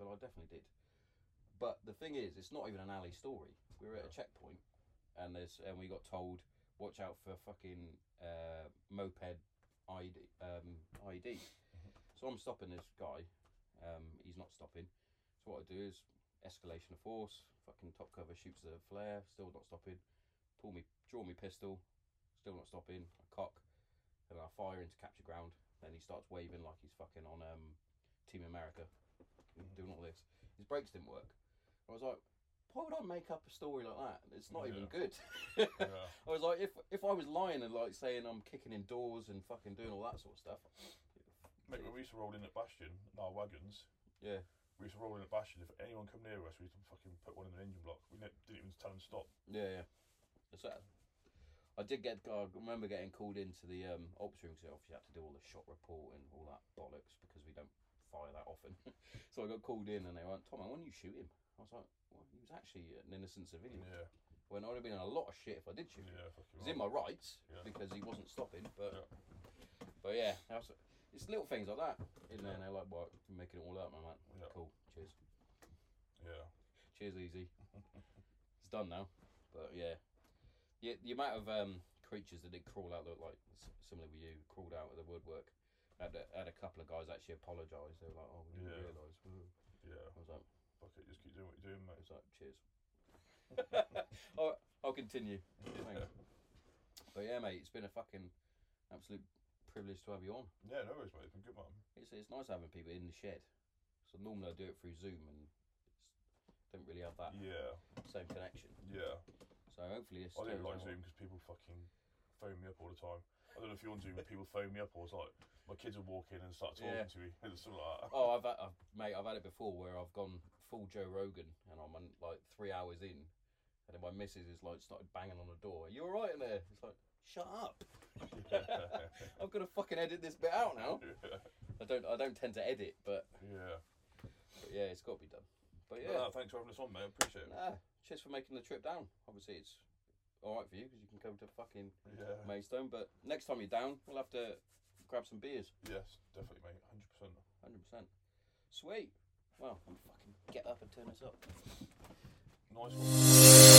S1: well, I definitely did. But the thing is, it's not even an alley story. We were at a checkpoint, and there's and we got told, watch out for fucking uh, moped ID. Um, ID. So I'm stopping this guy. Um, he's not stopping. So what I do is escalation of force. Fucking top cover shoots the flare. Still not stopping. Pull me, draw me pistol. Still not stopping. I cock, and I fire into capture ground. Then he starts waving like he's fucking on um, Team America, doing all this. His brakes didn't work. I was like, why would I make up a story like that? It's not even good.
S2: Yeah.
S1: I was like, if if I was lying and like saying I'm kicking in doors and fucking doing all that sort of stuff,
S2: Mate, when we used to roll in at Bastion, in our wagons.
S1: Yeah.
S2: We used to roll in at Bastion. If anyone come near us, we used to fucking put one in an engine block. We ne- didn't even tell them to stop.
S1: yeah, yeah. That's that. I did get. I remember getting called into the um, ops room because obviously had to do all the shot report and all that bollocks because we don't fire that often. so I got called in and they went, Tom, why didn't you shoot him? I was like, well, he was actually an innocent civilian.
S2: Yeah.
S1: When I would have been in a lot of shit if I did shoot him.
S2: Yeah.
S1: It
S2: Fucking
S1: was in
S2: right.
S1: my rights
S2: Yeah.
S1: because he wasn't stopping, but but yeah, that's, it's little things like that. In there, and they're like, "Well, you're making it all up, my man."
S2: Yeah.
S1: Cool. Cheers.
S2: Yeah.
S1: Cheers, easy. it's done now, but yeah, yeah. The amount of um, creatures that did crawl out, looked like s- similar with you, crawled out of the woodwork. Had a, had a couple of guys actually apologise. They were like, "Oh, we didn't
S2: Yeah. Mm.
S1: realise." I
S2: Yeah.
S1: was like,
S2: Fuck it. Just keep doing what you're doing,
S1: I
S2: mate.
S1: was like, "Cheers." All right, I'll continue. Thanks. But yeah, mate, it's been a fucking absolute privilege to have you on.
S2: Yeah. No worries, mate. It's been good, man.
S1: It's it's nice having people in the shed. So normally I do it through Zoom and it's, don't really have that
S2: Yeah.
S1: same connection.
S2: Yeah.
S1: So hopefully this.
S2: I
S1: turns
S2: don't like
S1: out-
S2: Zoom because people fucking phone me up all the time. I don't know if you're on Zoom, but people phone me up or it's like, my kids will walk in and start talking
S1: Yeah.
S2: to me and stuff like that.
S1: Oh, I've, had, I've mate, I've had it before where I've gone full Joe Rogan and I'm on, like three hours in, and then my missus is like started banging on the door. You all right in there? It's like, shut up. I've got to fucking edit this bit out now. I don't, I don't tend to edit, but,
S2: yeah.
S1: but yeah, it's got to be done. But
S2: Yeah.
S1: yeah,
S2: thanks for having us on, mate. Appreciate it.
S1: nah, cheers for making the trip down. Obviously, it's all right for you because you can come to fucking
S2: Yeah.
S1: Maidstone. But next time you're down, we'll have to grab some beers.
S2: Yes, definitely, mate. Hundred percent.
S1: Hundred percent. Sweet. Well, I'm fucking get up and turn this up.
S2: Nice one.